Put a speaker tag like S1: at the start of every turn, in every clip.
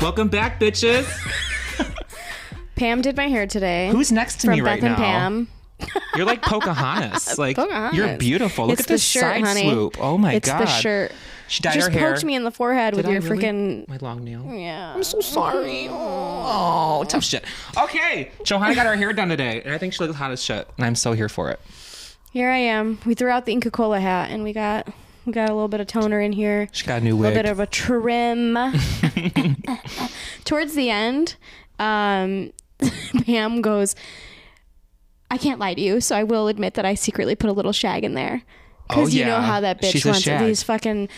S1: Welcome back, bitches.
S2: Pam did my hair today.
S1: Who's next to
S2: from
S1: me right
S2: Beth
S1: now?
S2: and Pam?
S1: You're like Pocahontas. Like
S2: Pocahontas.
S1: you're beautiful. Look
S2: It's
S1: at
S2: the
S1: this
S2: shirt,
S1: side
S2: honey.
S1: swoop. Oh my
S2: It's
S1: god.
S2: the shirt.
S1: She dyed
S2: Just
S1: her hair.
S2: poked me in the forehead with
S1: Did I
S2: your
S1: really?
S2: freaking Mm.
S1: my long nail.
S2: yeah.
S1: I'm so sorry. Oh, tough shit. Okay, Johanna got her hair done today, and I think she looks hot as shit. And I'm so here for it.
S2: Here I am. We threw out the Inca Cola hat and we got we got a little bit of toner in here.
S1: She got a new
S2: A
S1: wig.
S2: little bit of a trim. Towards the end, um, Pam goes, I can't lie to you, so I will admit that I secretly put a little shag in there. Because
S1: Oh,
S2: you know
S1: yeah.
S2: how that bitch
S1: She's a
S2: wants it.
S1: shag.
S2: These fucking.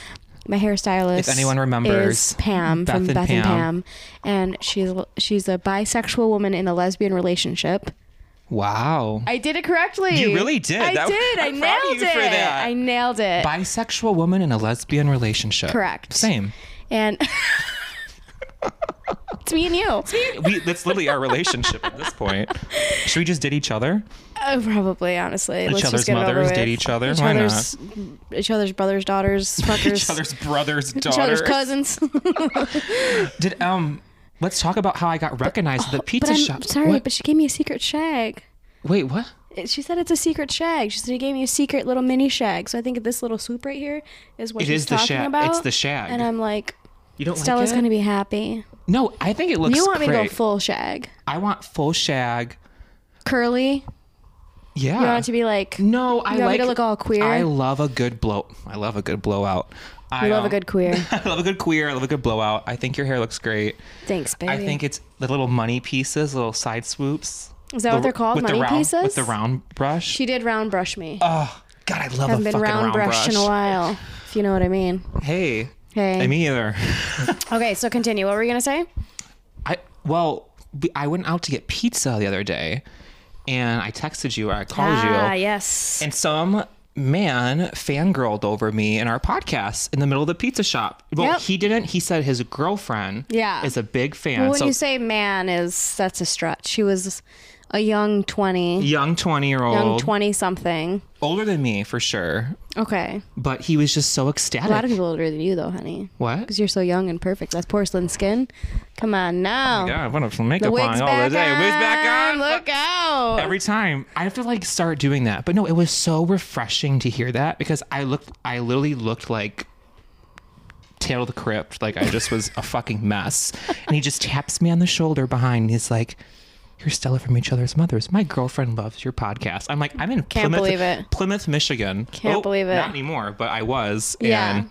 S2: My hairstylist.
S1: If anyone remembers
S2: is Pam
S1: Beth
S2: from
S1: and
S2: Beth
S1: Pam.
S2: and Pam, and she's she's a bisexual woman in a lesbian relationship.
S1: wow.
S2: I did it correctly.
S1: You really did.
S2: I
S1: That-
S2: did. I
S1: I'm
S2: nailed
S1: proud of you
S2: it.
S1: for that.
S2: I nailed it.
S1: Bisexual woman in a lesbian relationship.
S2: Correct.
S1: Same.
S2: and it's me and you.
S1: We, that's literally our relationship at this point. Should we just date each other?
S2: Oh, probably, honestly. Let's
S1: other's
S2: just get it over
S1: mothers,
S2: with.
S1: date each other.
S2: Each
S1: Why not?
S2: other's, Each other's brothers, daughters, fuckers.
S1: Each other's brothers,
S2: each
S1: daughters.
S2: other's cousins.
S1: Did um. Let's talk about how I got recognized at the
S2: but
S1: pizza
S2: I'm
S1: shop.
S2: sorry,
S1: What?
S2: but she gave me a secret shag.
S1: Wait, what?
S2: It- She said it's a secret shag. She said you gave me a secret little mini shag. So I think this little swoop right here is what
S1: It
S2: she's
S1: is the
S2: talking
S1: shag.
S2: about.
S1: It's the shag. Oh
S2: And I'm like,
S1: You don't
S2: Stella's
S1: like it?
S2: gonna be happy.
S1: No, I think it looks
S2: you want me to
S1: great.
S2: go full shag,
S1: I want full shag.
S2: curly?
S1: Yeah.
S2: You want it to be like
S1: no, I
S2: want me
S1: like
S2: to look all queer?
S1: I love a good blow. I love a good blowout. I
S2: you love
S1: um,
S2: a good queer.
S1: I love a good queer. I love a good blowout. I think your hair looks great.
S2: Thanks, baby.
S1: I think it's the little money pieces, little side swoops.
S2: Is that
S1: The-
S2: what they're called?
S1: With
S2: Money
S1: the round,
S2: pieces?
S1: With the round brush.
S2: she did round brush me.
S1: oh, God, I love
S2: Haven't
S1: a
S2: been
S1: fucking
S2: round, brushed
S1: brush.
S2: in a while, if you know what I mean.
S1: Hey.
S2: Hey.
S1: I Me either.
S2: Okay, so continue. What were you gonna say?
S1: I well, we- I went out to get pizza the other day, and I texted you or I called
S2: ah,
S1: you.
S2: yes.
S1: and some man fangirled over me in our podcast in the middle of the pizza shop. Well,
S2: Yep.
S1: he didn't. He said his girlfriend
S2: Yeah.
S1: is a big fan.
S2: Well, when
S1: so
S2: you say man is that's a stretch. She was a young twenty,
S1: young 20 year
S2: young
S1: old,
S2: twenty something.
S1: older than me for sure,
S2: Okay,
S1: but he was just so ecstatic.
S2: a lot of people older than you though, honey.
S1: what?
S2: Because you're so young and perfect. That's porcelain skin. Come on now.
S1: Yeah, I want to make
S2: the
S1: up
S2: wig's
S1: on all
S2: back
S1: the day.
S2: on.
S1: Wigs back on.
S2: Look out.
S1: Every time I have to like start doing that, but no, it was so refreshing to hear that because I looked, I literally looked like Tail of the Crypt, like I just was a fucking mess. And he just taps me on the shoulder behind. And he's like, "You're Stella from Each Other's Mothers. My girlfriend loves your podcast." I'm like, "I'm in
S2: Can't
S1: Plymouth,
S2: believe it.
S1: Plymouth, Michigan. Oh,
S2: Can't believe it.
S1: Not anymore, but I was.
S2: Yeah.
S1: And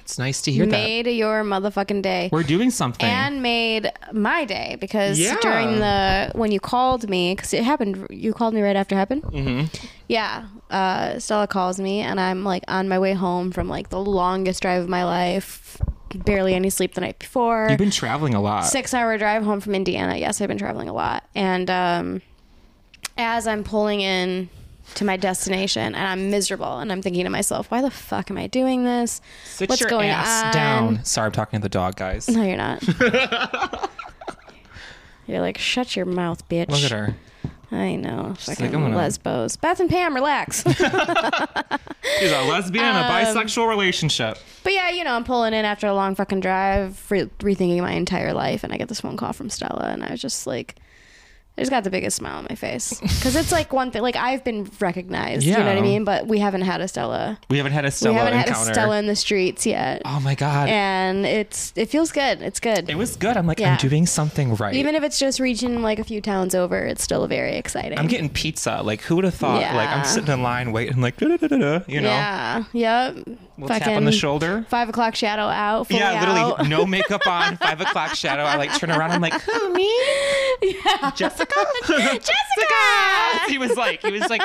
S1: it's nice to hear that
S2: made your motherfucking day.
S1: we're doing something.
S2: and made my day because
S1: Yeah.
S2: during the when you called me because it happened you called me right after it happened mm-hmm. yeah uh, stella calls me and i'm like on my way home from like the longest drive of my life barely any sleep the night before
S1: You've been traveling a lot.
S2: six hour drive home from Indiana. Yes, I've been traveling a lot. And um, as I'm pulling in to my destination and I'm miserable and I'm thinking to myself, why the fuck am I doing this?
S1: Sit your ass down. Sorry, I'm talking to the dog, guys.
S2: No, you're not. you're like, shut your mouth, bitch.
S1: Look at her.
S2: I know. Fucking
S1: like, I'm gonna-
S2: lesbos. Beth and Pam, relax. but
S1: She's a lesbian in a
S2: Um,
S1: bisexual relationship.
S2: yeah, you know, I'm pulling in after a long fucking drive, re- rethinking my entire life, and I get this phone call from Stella, and I was just like, I just got the biggest smile on my face because it's like one thing. Like I've been recognized, you know what I
S1: Yeah.
S2: mean. But we haven't had a Stella.
S1: We haven't had a Stella
S2: we haven't had
S1: encounter.
S2: a Stella in the streets yet,
S1: Oh my god.
S2: and it's it feels good. It's good.
S1: it was good. I'm like,
S2: Yeah.
S1: I'm doing something right.
S2: Even if it's just reaching like a few towns over, it's still very exciting.
S1: I'm getting pizza. Like, who would have thought? Like,
S2: Yeah.
S1: I'm sitting in line waiting, like, da da da da. You know,
S2: Yeah. Yep.
S1: we'll tap on the shoulder.
S2: Five o'clock shadow out. fully
S1: Yeah, literally,
S2: out.
S1: no makeup on, five o'clock shadow. I like turn around. I'm like, who me? Jessica.
S2: Jessica.
S1: he was like, he was like,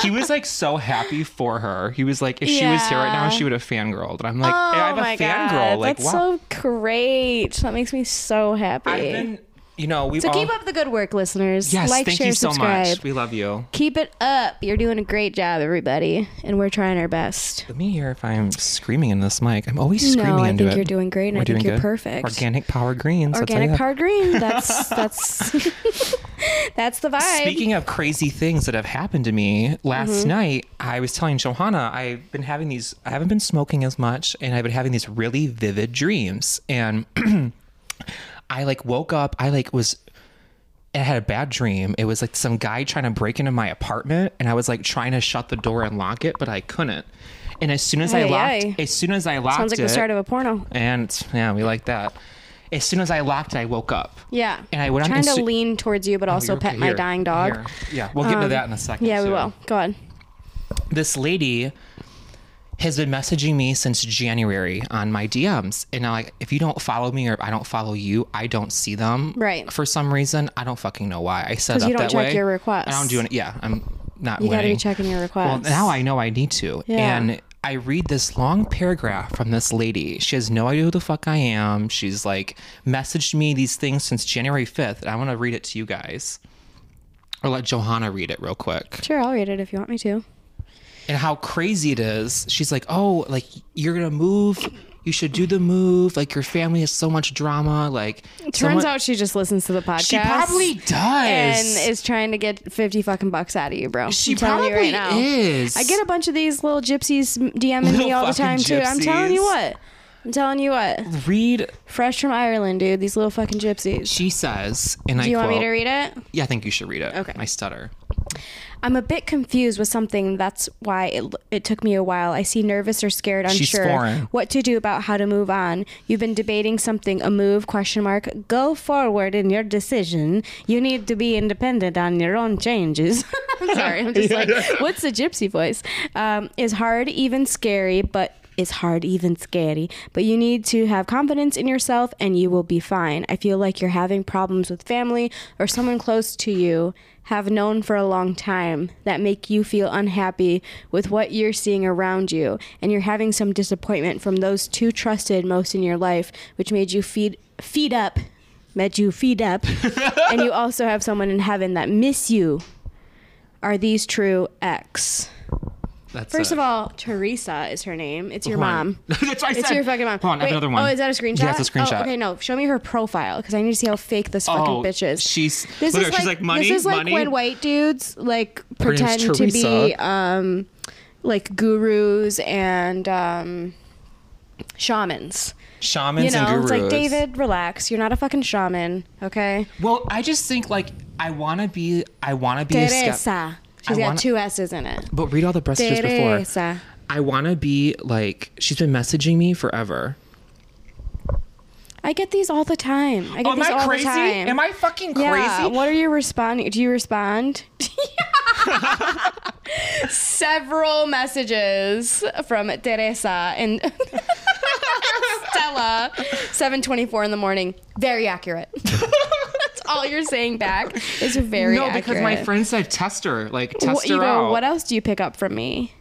S1: he was like so happy for her. He was like, if she was here right now,
S2: Yeah.
S1: she would have fangirled. And I'm like,
S2: Oh
S1: I have
S2: my
S1: a fangirl.
S2: god,
S1: Like,
S2: that's
S1: wow.
S2: so great. That makes me so happy.
S1: I've been, you know, we've
S2: so
S1: all,
S2: keep up the good work, listeners.
S1: Yes,
S2: like,
S1: thank
S2: share,
S1: you so
S2: subscribe.
S1: much. We love you.
S2: Keep it up. You're doing a great job, everybody, and we're trying our best.
S1: Let me hear if I'm screaming in this mic. I'm always
S2: No,
S1: screaming
S2: I
S1: into
S2: think
S1: it.
S2: you're doing great, and
S1: We're
S2: I think
S1: doing
S2: you're
S1: good.
S2: perfect.
S1: Organic power greens. I'll tell you
S2: Organic
S1: that.
S2: power green. That's that's that's the vibe.
S1: Speaking of crazy things that have happened to me last
S2: Mm-hmm.
S1: night, I was telling Johanna I've been having these. I haven't been smoking as much, and I've been having these really vivid dreams. And I like woke up. I like was. I had a bad dream. It was like some guy trying to break into my apartment, and I was like trying to shut the door and lock it, but I couldn't. And as soon as I
S2: Ay,
S1: locked,
S2: ay.
S1: as soon as I locked
S2: Sounds like
S1: it,
S2: the start of a porno.
S1: and yeah, we like that. As soon as I locked, it, I woke up.
S2: Yeah.
S1: And I went on
S2: trying to
S1: Insta-
S2: lean towards you, but
S1: Oh,
S2: also
S1: You're okay.
S2: pet my
S1: Here,
S2: dying dog.
S1: here. Yeah, we'll get to that in a second.
S2: Yeah, we
S1: too.
S2: will. Go on.
S1: This lady has been messaging me since January on my DMs, and now like, if you don't follow me or if I don't follow you, I don't see them.
S2: Right.
S1: For some reason, I don't fucking know why. I set
S2: 'Cause
S1: up
S2: you don't
S1: that
S2: check
S1: way.
S2: your requests.
S1: I don't do it. Yeah, I'm not.
S2: You got to
S1: winning.
S2: be checking your
S1: Well,
S2: requests.
S1: now I know I need to.
S2: Yeah.
S1: And I read this long paragraph from this lady. She has no idea who the fuck I am. She's like messaged me these things since January 5th. And I want to read it to you guys. Or let Johanna read it real quick.
S2: Sure, I'll read it if you want me to.
S1: And how crazy it is. She's like, oh, like you're going to move. You should do the move. Like your family has so much drama. Like,
S2: Turns out she just listens to the podcast.
S1: she probably does.
S2: and is trying to get 50 fucking bucks out of you, bro.
S1: She
S2: I'm telling you
S1: probably
S2: right now.
S1: is.
S2: I get a bunch of these little gypsies DMing
S1: Little
S2: me all the
S1: fucking
S2: time, too. I'm telling you
S1: gypsies.
S2: what. I'm telling you what.
S1: read,
S2: Fresh from Ireland, dude. These little fucking gypsies.
S1: she says, and I
S2: Do you want me
S1: quote-
S2: to read it?
S1: Yeah, I think you should read it.
S2: Okay.
S1: I stutter.
S2: I'm a bit confused with something. That's why it, l- it took me a while. I see nervous or scared, unsure
S1: She's foreign.
S2: what to do about how to move on. You've been debating something, a move question mark. Go forward in your decision. You need to be independent on your own changes. I'm sorry. I'm just like, what's the gypsy voice? Um, is hard, even scary, but is hard, even scary. But you need to have confidence in yourself, and you will be fine. I feel like you're having problems with family or someone close to you have known for a long time that make you feel unhappy with what you're seeing around you and you're having some disappointment from those two trusted most in your life which made you feed feed up made you feed up and you also have someone in heaven that miss you are these true x
S1: That's
S2: first
S1: it.
S2: of all teresa is her name it's your
S1: Hold on.
S2: mom
S1: That's what I
S2: It's
S1: said.
S2: your fucking mom.
S1: Hold on, I have
S2: Wait,
S1: another one.
S2: Oh, is that a screenshot?
S1: Yeah, it's a screenshot.
S2: Oh, okay, no. Show me her profile because I need to see how fake this fucking
S1: Oh,
S2: bitch is.
S1: she's-
S2: this
S1: look
S2: is
S1: at her,
S2: like,
S1: she's like, money,
S2: This is like
S1: money.
S2: when white dudes like
S1: Her name's
S2: pretend to be
S1: Teresa.
S2: um, like gurus and um, shamans.
S1: Shamans
S2: You know,
S1: and
S2: it's
S1: gurus.
S2: like David, relax. You're not a fucking shaman, okay?
S1: Well, I just think like I want to be. I want to be a skep-
S2: Teresa. She's
S1: I
S2: got
S1: wanna-
S2: two S's in it.
S1: But read all the messages before.
S2: Teresa.
S1: I want to be like she's been messaging me forever.
S2: I get these all the time. I get
S1: Oh, am
S2: these
S1: I
S2: all
S1: crazy?
S2: the time.
S1: Am I fucking crazy?
S2: Yeah. What are you responding? Do you respond? Several messages from Teresa and Stella, 7:24 in the morning. Very accurate. That's all you're saying back. It's very
S1: no, because my
S2: accurate.
S1: friend said test her, like test
S2: What,
S1: her
S2: Igor,
S1: out.
S2: what else do you pick up from me?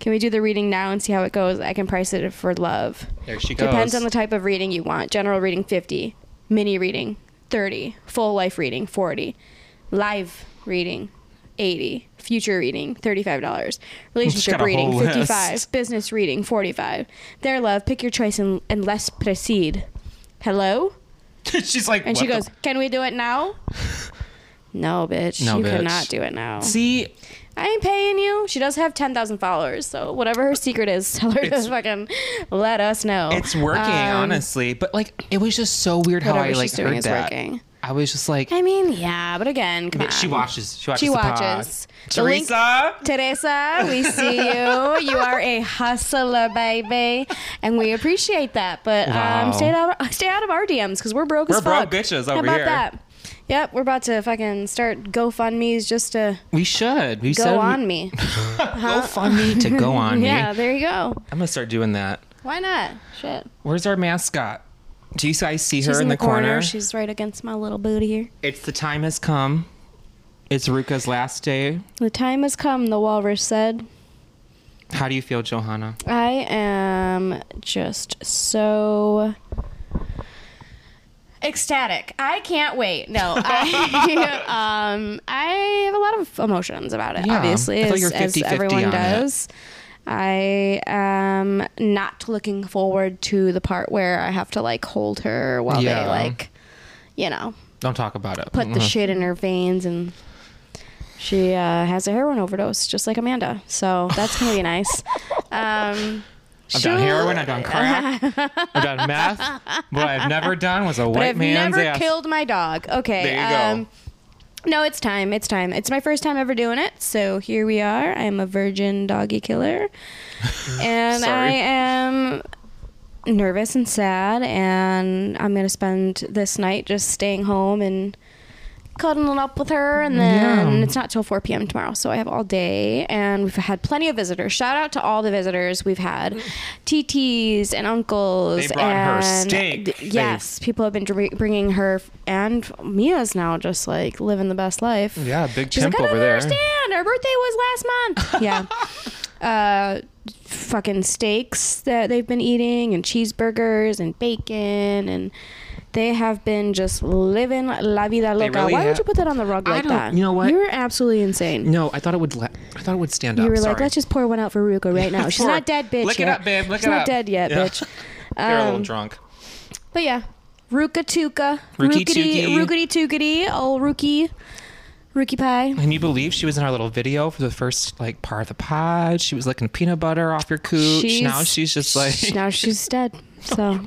S2: Can we do the reading now and see how it goes? I can price it for love.
S1: There she goes.
S2: Depends on the type of reading you want. General reading 50, mini reading 30, full life reading 40, live reading 80, future reading $35, relationship
S1: got a
S2: reading
S1: whole
S2: 55,
S1: list.
S2: business reading 45. Their love, pick your choice and, and let's proceed. Hello?
S1: she's like,
S2: And
S1: what
S2: she
S1: the-
S2: goes, "Can we do it now?" No, bitch.
S1: No,
S2: you
S1: bitch.
S2: could not do it now.
S1: See,
S2: I ain't paying you. She does have 10,000 followers, so whatever her secret is, tell her
S1: It's-
S2: to fucking let us know.
S1: it's working,
S2: Um,
S1: honestly. But like, it was just so weird how I
S2: whatever
S1: like
S2: she's doing
S1: heard
S2: is
S1: that.
S2: working.
S1: I was just like,
S2: I mean, yeah, but again, come on.
S1: she watches. She watches.
S2: She
S1: the pod.
S2: watches. The link-
S1: Teresa.
S2: Teresa, we see you. You are a hustler, baby, and we appreciate that. But
S1: Wow.
S2: um, stay out, stay out of our DMs because we're broke
S1: We're
S2: as
S1: broke
S2: fuck.
S1: bitches
S2: How
S1: over
S2: about
S1: here.
S2: that? Yep, we're about to fucking start GoFundmes just to
S1: We should. We
S2: go
S1: said
S2: on
S1: we,
S2: me.
S1: Go fund me to go on
S2: Yeah,
S1: me.
S2: there you go.
S1: I'm gonna start doing that.
S2: Why not? Shit.
S1: Where's our mascot? Do you guys see her
S2: She's
S1: in, the, corner?
S2: She's right against my little booty here.
S1: It's the time has come. It's Ruka's last day.
S2: The time has come, the walrus said.
S1: How do you feel, Johanna?
S2: I am just so ecstatic. I can't wait. No, I um I have a lot of emotions about it.
S1: Yeah,
S2: obviously,
S1: I thought
S2: as,
S1: you were
S2: as
S1: 50-50
S2: everyone
S1: on it.
S2: does. I am not looking forward to the part where I have to like hold her while
S1: Yeah.
S2: they like, you know,
S1: Don't talk about it.
S2: put the
S1: Mhm.
S2: shit in her veins and she uh, has a heroin overdose just like amanda so that's gonna be nice um,
S1: I've
S2: Sure.
S1: done heroin, I've done crack, I've done meth. What I've never done was a
S2: But
S1: white
S2: I've
S1: man's
S2: never
S1: ass.
S2: killed my dog. Okay. um,
S1: There you go.
S2: No, it's time. It's time. It's my first time ever doing it. So here we are. I'm a virgin doggy killer. And I
S1: Sorry.
S2: am nervous and sad. And I'm going to spend this night just staying home and cuddling up with her. And then
S1: Yeah.
S2: it's not till 4 p.m. tomorrow. So I have all day. And we've had plenty of visitors. Shout out to all the visitors we've had TTs and uncles.
S1: They brought her
S2: and
S1: steak.
S2: d-
S1: They-
S2: Yes people have been dr- bringing her and Mia's now just like living the best life.
S1: Yeah, big
S2: She's
S1: pimp
S2: like, I
S1: over
S2: don't
S1: there."
S2: Understand? Her birthday was last month. yeah. Uh, fucking steaks that they've been eating and cheeseburgers and bacon and they have been just living la vida loca.
S1: really
S2: Why would
S1: have-
S2: you put that on the rug
S1: I
S2: like
S1: don't-
S2: that?
S1: you know what?
S2: You're absolutely insane.
S1: No, I thought it would. La- I thought it would stand up.
S2: You were
S1: Sorry.
S2: like, let's just pour one out for Ruka right now. She's
S1: Pour-
S2: not dead, bitch.
S1: Lick it
S2: yet.
S1: up, babe. Lick
S2: She's
S1: it
S2: not
S1: up.
S2: dead yet,
S1: Yeah.
S2: bitch.
S1: They're a little
S2: Um,
S1: drunk.
S2: but yeah, Ruka Tuka.
S1: Rookie
S2: Rookity,
S1: Tookie.
S2: rookity Tookity. Old Rookie. Rookie Pie.
S1: Can you believe she was in our little video for the first like part of the pod? She was licking peanut butter off your cooch. now she's just like
S2: sh- Now she's dead. So.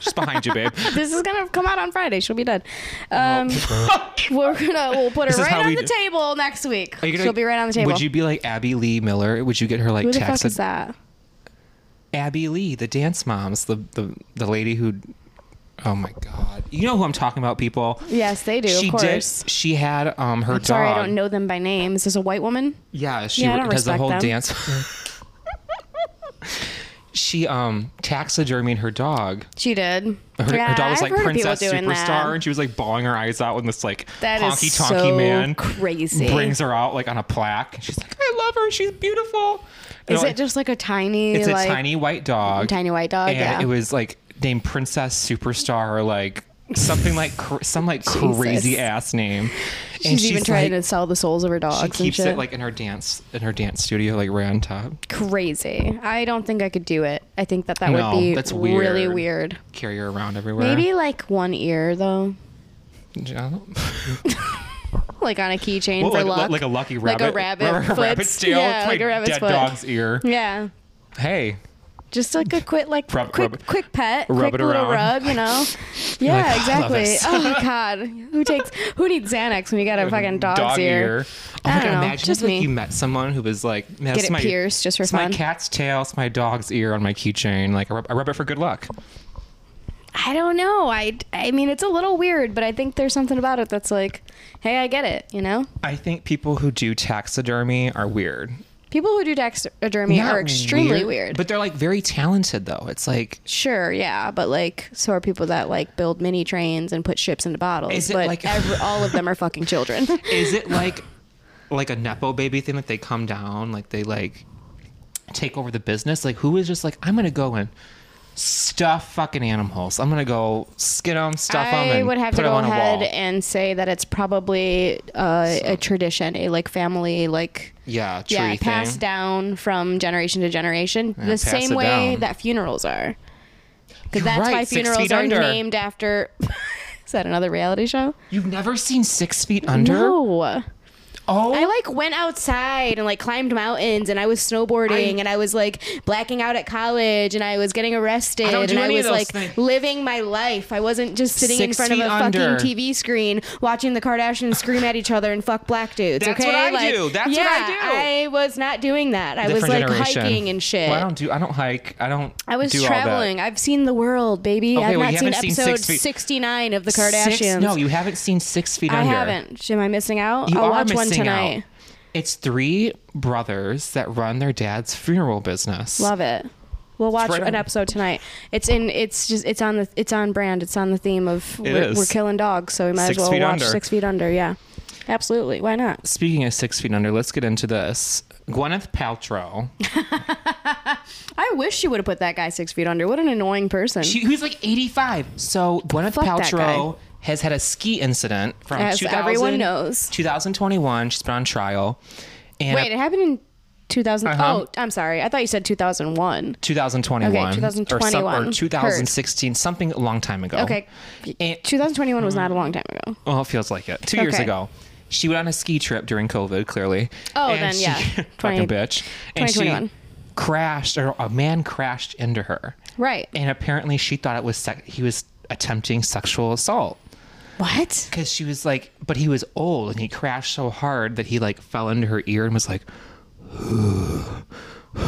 S1: she's behind you, babe.
S2: This is gonna come out on Friday. She'll be dead. Um, we're gonna we'll put
S1: This
S2: her
S1: is
S2: right
S1: how
S2: on
S1: we
S2: the
S1: do-
S2: table next week.
S1: Are you gonna-
S2: She'll be right on the table.
S1: Would you be like Abby Lee Miller? Would you get her like
S2: Who the
S1: text?
S2: fuck is that?
S1: Abby Lee, the dance moms, the the the lady who. Oh my god! You know who I'm talking about, people.
S2: Yes, they do.
S1: she
S2: of course.
S1: did. She had um her dog.
S2: Sorry, I don't know them by name. Is this a white woman?
S1: Yeah, she
S2: Yeah, I don't
S1: does the
S2: respect
S1: whole
S2: them.
S1: dance. she um taxidermied her dog.
S2: She did.
S1: Her,
S2: yeah,
S1: her dog was
S2: I've
S1: like
S2: heard of people
S1: princess
S2: doing
S1: superstar,
S2: That.
S1: and she was like bawling her eyes out when this like
S2: That is
S1: honky tonky
S2: so
S1: man
S2: crazy.
S1: brings her out like on a plaque. She's like, "I love her. She's beautiful." You
S2: Is
S1: know,
S2: it just like a tiny?
S1: It's a
S2: like,
S1: tiny white dog.
S2: tiny white dog,
S1: And
S2: yeah.
S1: it was like named Princess Superstar or like something like cr- some like crazy
S2: Jesus.
S1: ass name.
S2: She's, even trying to sell the souls of her dogs.
S1: She keeps
S2: and shit.
S1: it like in her dance in her dance studio, like right on top.
S2: crazy. I don't think I could do it. I think that that
S1: No,
S2: would be
S1: that's
S2: really
S1: weird.
S2: weird.
S1: Carry her around everywhere.
S2: Maybe like one ear though,
S1: Yeah.
S2: like on a keychain
S1: Well,
S2: for
S1: like,
S2: luck.
S1: like a lucky
S2: Like
S1: rabbit.
S2: a rabbit
S1: Remember her
S2: foot.
S1: rabbit's tail?
S2: Yeah,
S1: It's
S2: like
S1: my
S2: a rabbit's
S1: dead
S2: foot.
S1: dog's ear.
S2: yeah,
S1: Hey,
S2: just like a quick like
S1: Rub-
S2: quick
S1: rub it-
S2: quick pet,
S1: rub
S2: quick
S1: it
S2: little
S1: around.
S2: rub, you know? Yeah,
S1: like, "I love
S2: exactly.
S1: this."
S2: Oh god, who takes who needs Xanax when you got a fucking dog's
S1: dog
S2: ear?
S1: Oh
S2: I
S1: my
S2: don't
S1: god!
S2: know,
S1: Imagine
S2: just
S1: if
S2: me.
S1: like, you met someone who was like, "Man,
S2: Get
S1: it's
S2: it
S1: my,
S2: pierced just for
S1: it's
S2: fun."
S1: my cat's tail. It's my dog's ear on my keychain. Like I rub, I rub it for good luck.
S2: I don't know. I I mean, it's a little weird, but I think there's something about it that's like, hey, I get it. You know,
S1: I think people who do taxidermy are weird.
S2: people who do taxidermy
S1: Not
S2: are extremely weird.
S1: But they're like very talented though. It's like
S2: Sure, yeah, but like, so are people that like build mini trains and put ships into bottles.
S1: Is it
S2: but
S1: like-
S2: every, all of them are fucking children.
S1: is it like like a nepo baby thing that they come down like they like take over the business like who is just like i'm gonna go and stuff fucking animals i'm gonna go skin them stuff them
S2: I
S1: and
S2: would have
S1: put
S2: to
S1: 'em
S2: go
S1: on
S2: ahead
S1: a wall.
S2: and say that it's probably uh, a tradition, a like family, like
S1: yeah tree
S2: yeah,
S1: thing
S2: passed down from generation to generation, the
S1: pass
S2: same
S1: it
S2: way
S1: down.
S2: that funerals are. Because
S1: You're
S2: that's
S1: right,
S2: why
S1: Six Feet
S2: funerals are
S1: Under.
S2: named after. Is that another reality show?
S1: you've never seen six feet under
S2: No.
S1: oh
S2: I like went outside and like climbed mountains and I was snowboarding
S1: I-
S2: and I was like blacking out at college and I was getting arrested
S1: I don't do
S2: and I
S1: any
S2: was
S1: of those
S2: like
S1: things.
S2: living my life. I wasn't just sitting in
S1: Six
S2: front of
S1: feet
S2: a
S1: under.
S2: fucking TV screen watching the Kardashians scream at each other and fuck black dudes.
S1: That's
S2: okay,
S1: what I
S2: like,
S1: do. That's what I
S2: yeah,
S1: do.
S2: I was not doing that. I was
S1: Different
S2: like
S1: generation.
S2: hiking and shit.
S1: well, i don't do i don't hike i don't
S2: I was
S1: do all that.
S2: traveling. I've seen the world, baby.
S1: Okay,
S2: I've
S1: well,
S2: not
S1: you
S2: seen
S1: haven't seen
S2: episode
S1: Six Feet-
S2: 69 of the Kardashians.
S1: Six- no you haven't seen six feet
S2: I
S1: under
S2: haven't. Am I missing out?
S1: You
S2: I'll
S1: are
S2: watch one
S1: missing out.
S2: tonight.
S1: It's three brothers that run their dad's funeral business.
S2: Love it. We'll watch
S1: right
S2: an
S1: on.
S2: episode tonight. It's in. It's just. It's on the. It's on brand. It's on the theme of we're,
S1: is.
S2: we're killing dogs, so we might
S1: Six
S2: as well
S1: feet
S2: watch
S1: under.
S2: Six Feet Under. Yeah, absolutely. Why not?
S1: Speaking of six feet under, let's get into this. Gwyneth Paltrow.
S2: I wish you would have put that guy six feet under. What an annoying person.
S1: She, who's like 85. So Gwyneth
S2: Fuck that
S1: Paltrow has had a ski incident from
S2: As
S1: 2000
S2: everyone knows.
S1: 2021. She's been on trial. And
S2: Wait, it happened in 2000.
S1: Uh-huh.
S2: Oh, I'm sorry. I thought you said 2001.
S1: 2021.
S2: Okay, 2021.
S1: Or, some, or 2016, something a long time ago.
S2: Okay.
S1: And,
S2: 2021 was not
S1: Mm.
S2: a long time ago.
S1: well, it feels like it. Two years
S2: Okay.
S1: ago. She went on a ski trip during COVID, clearly.
S2: Oh,
S1: And
S2: then,
S1: she-
S2: yeah.
S1: fucking
S2: 20
S1: bitch. And she
S2: 2021.
S1: crashed or a man crashed into her.
S2: Right.
S1: And apparently she thought it was sec- he was attempting sexual assault
S2: What?
S1: because she was like, but he was old and he crashed so hard that he like fell into her ear and was like,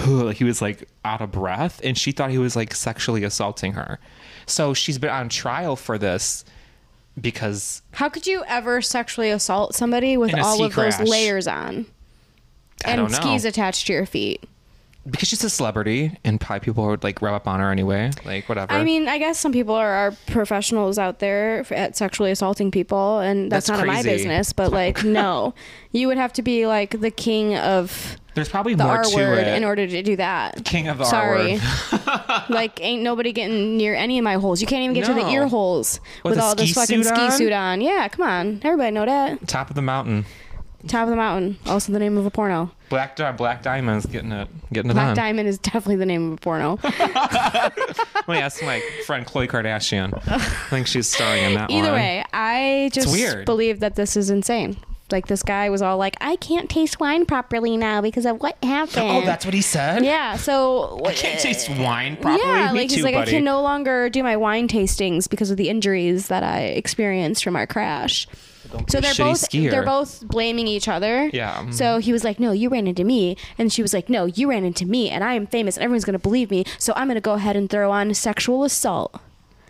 S1: like he was like out of breath, and she thought he was like sexually assaulting her. So she's been on trial for this because
S2: How could you ever sexually assault somebody with
S1: In a
S2: all
S1: ski
S2: of
S1: crash.
S2: those layers on
S1: I
S2: and
S1: don't know.
S2: skis attached to your feet?
S1: because she's a celebrity and probably people would like rub up on her anyway, like whatever.
S2: I mean, I guess some people are, are professionals out there f- at sexually assaulting people, and that's,
S1: That's
S2: none of my
S1: crazy.
S2: business. But like, no, you would have to be like the king of
S1: there's probably
S2: the
S1: more
S2: R
S1: to
S2: word
S1: it.
S2: in order to do that.
S1: King of the R
S2: Sorry.
S1: word.
S2: like, ain't nobody getting near any of my holes. You can't even get to the
S1: No.
S2: ear holes
S1: With
S2: with,
S1: a
S2: all this
S1: ski
S2: fucking
S1: suit
S2: ski
S1: on?
S2: suit on. Yeah, come on, everybody know that.
S1: Top of the mountain,
S2: Top of the mountain, also the name of a porno.
S1: black di- black diamonds getting it getting it
S2: Black
S1: on.
S2: Diamond is definitely the name of a porno.
S1: Let me ask my friend Khloe Kardashian. I think she's starring in that
S2: Either
S1: one.
S2: way, I just
S1: weird.
S2: believe that this is insane. Like this guy was all like, "I can't taste wine properly now because of what happened."
S1: Oh, that's what he said.
S2: yeah. So
S1: I can't taste wine properly.
S2: yeah,
S1: Me
S2: like
S1: too,
S2: he's like,
S1: buddy.
S2: I can no longer do my wine tastings because of the injuries that I experienced from our crash. So
S1: be a
S2: they're
S1: shitty
S2: both
S1: skier.
S2: they're both blaming each other.
S1: Yeah, mhm.
S2: So he was like, "No, you ran into me," and she was like, "No, you ran into me, and I am famous, and everyone's gonna believe me, so I'm gonna go ahead and throw on sexual assault."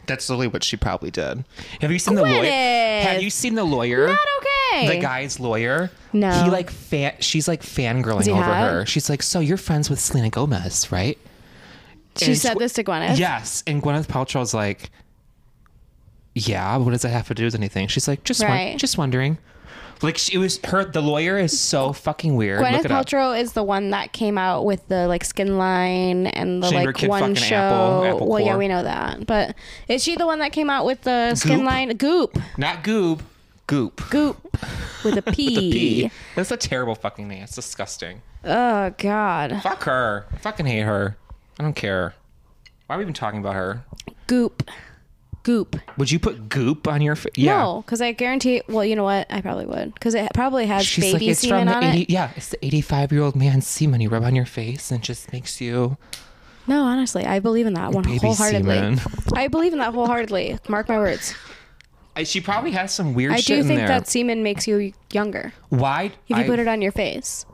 S1: That's literally what she probably did. Have you seen the lawyer?
S2: Gwyneth!
S1: Have you seen the lawyer?
S2: Not okay.
S1: The guy's lawyer.
S2: No.
S1: He like fan. She's like fangirling
S2: he
S1: over
S2: hot?
S1: her. She's like, so you're friends with Selena Gomez, right?
S2: She
S1: And
S2: said
S1: Gw-
S2: this to Gwyneth.
S1: Yes, and Gwyneth Paltrow's like, yeah. What does that have to do with anything? She's like, just won-
S2: Right.
S1: just wondering. Like she, it was her. The lawyer is so fucking weird.
S2: Gwyneth
S1: Look it up.
S2: Paltrow is the one that came out with the like skin line and the
S1: She named her
S2: like
S1: kid
S2: one
S1: fucking
S2: show.
S1: Apple, Apple
S2: well, yeah,
S1: Core.
S2: we know that. But is she the one that came out with the skin
S1: Goop?
S2: line? Goop,
S1: Not Goob. Goop.
S2: goop, with a P.
S1: The P. That's a terrible fucking name. It's disgusting.
S2: Oh God,
S1: Fuck her. I fucking hate her. I don't care. Why are we even talking about her?
S2: goop, goop.
S1: Would you put goop on your face? Yeah.
S2: No, because I guarantee. Well, you know what? I probably would because it probably has
S1: She's like,
S2: baby
S1: it's
S2: semen
S1: from the
S2: on
S1: 80,
S2: it.
S1: yeah, it's the 85 year old man's semen you rub on your face and just makes you.
S2: No, honestly, I believe in that one
S1: Baby
S2: wholeheartedly.
S1: semen.
S2: I believe in that wholeheartedly. Mark my words.
S1: I, she probably has some weird
S2: I
S1: shit
S2: do
S1: in
S2: think
S1: there.
S2: that semen makes you younger.
S1: Why?
S2: If you
S1: I-
S2: put it on your face,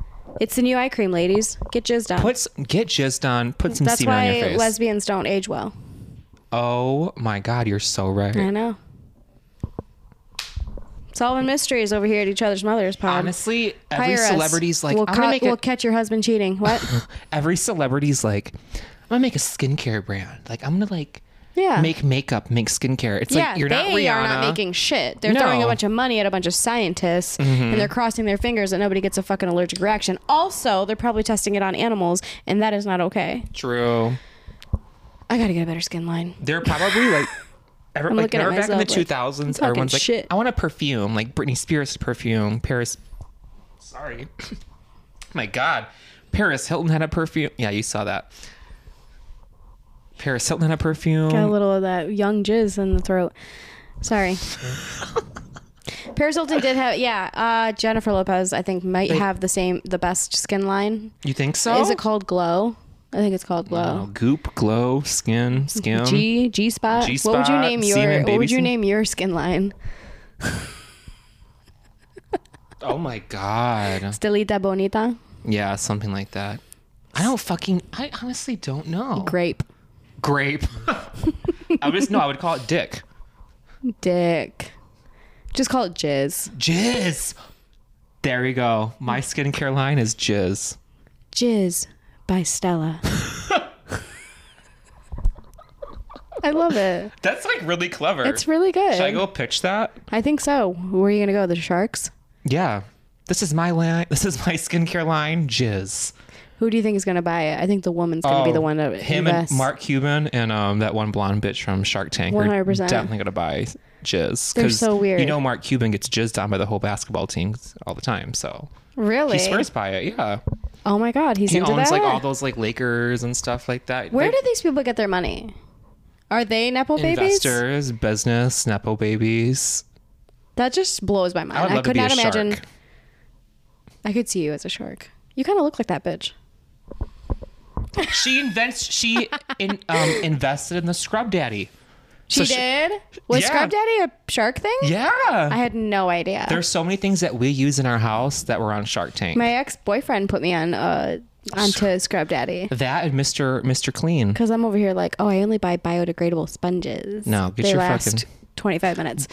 S2: it's the new eye cream, ladies. Get jizzed on.
S1: put s- get jizzed on, put some
S2: That's
S1: semen on your
S2: why
S1: face.
S2: lesbians don't age well.
S1: oh my god, you're so right.
S2: I know. Solving mysteries over here at each other's mothers. Pod.
S1: Honestly, every
S2: Hire us.
S1: celebrity's like,
S2: we'll,
S1: I'm
S2: ca-
S1: gonna make
S2: we'll
S1: a
S2: catch your husband cheating. What?
S1: every celebrity's like, I'm gonna make a skincare brand. Like I'm gonna like
S2: Yeah.
S1: make makeup, make skincare. It's
S2: yeah,
S1: like you're not
S2: they
S1: Rihanna.
S2: are not making shit. They're
S1: No. Mm-hmm.
S2: throwing a bunch of money at a bunch of scientists, and they're crossing their fingers that nobody gets a fucking allergic reaction. Also, they're probably testing it on animals, and that is not okay.
S1: True.
S2: I gotta get a better skin line.
S1: They're probably like. Ever,
S2: I'm
S1: like,
S2: looking at
S1: remember back in the
S2: myself, like,
S1: 2000s,
S2: talking
S1: everyone's like,
S2: shit.
S1: I want a perfume, like Britney Spears perfume. Paris, sorry, my God, Paris Hilton had a perfume. Yeah, you saw that. Paris Hilton had a perfume.
S2: Got a little of that young jizz in the throat. Sorry. Paris Hilton did have, yeah. Uh, Jennifer Lopez, I think, might have the same, the best skin line.
S1: you think so?
S2: Is it called Glow? I think it's called
S1: Oh,
S2: Glow.
S1: goop, glow, skin, skim.
S2: G G spot. What would you
S1: G-spot,
S2: name your?
S1: semen,
S2: what
S1: baby
S2: would you
S1: semen?
S2: name your skin line?
S1: Oh my God.
S2: Stilita Bonita.
S1: Yeah, something like that. I don't fucking. I honestly don't know.
S2: Grape.
S1: Grape. I would just no. I would call it dick.
S2: Dick. Just call it Jizz.
S1: Jizz. There you go. My skincare line is jizz.
S2: Jizz by Stella. I love it.
S1: That's like really clever.
S2: It's really good.
S1: Should I go pitch that?
S2: I think so. Where are you gonna go? The Sharks.
S1: Yeah. This is my line. This is my skincare line. Jizz.
S2: Who do you think is going to buy it? I think the woman's going to be the one that
S1: Oh, him
S2: invests.
S1: and Mark Cuban and um that one blonde bitch from Shark Tank. are
S2: 100%.
S1: Definitely gonna buy jizz.
S2: They're
S1: 'Cause
S2: so weird.
S1: You know Mark Cuban gets jizzed on by the whole basketball team all the time. So
S2: Really?
S1: he swears by it. Yeah.
S2: oh my God, he's
S1: He
S2: into
S1: owns
S2: that.
S1: like all those like Lakers and stuff like that.
S2: Where
S1: They-
S2: do these people get their money? Are they nepo babies?
S1: investors, business, nepo babies?
S2: That just blows my mind.
S1: I would
S2: I,
S1: love
S2: could
S1: to be
S2: not
S1: a
S2: imagine.
S1: shark.
S2: I could see you as a shark. You kind of look like that bitch.
S1: She invents. She in, um, invested in the Scrub Daddy.
S2: She
S1: So she-
S2: did? Was
S1: Yeah.
S2: Scrub Daddy a shark thing?
S1: Yeah.
S2: I had no idea.
S1: There's so many things that we use in our house that were on Shark Tank.
S2: My ex boyfriend put me on uh, onto Scrub Daddy.
S1: that and Mr. Mr. Clean.
S2: Because I'm over here like, oh, I only buy biodegradable sponges.
S1: No, get
S2: they
S1: your
S2: last
S1: fucking-
S2: 25 minutes.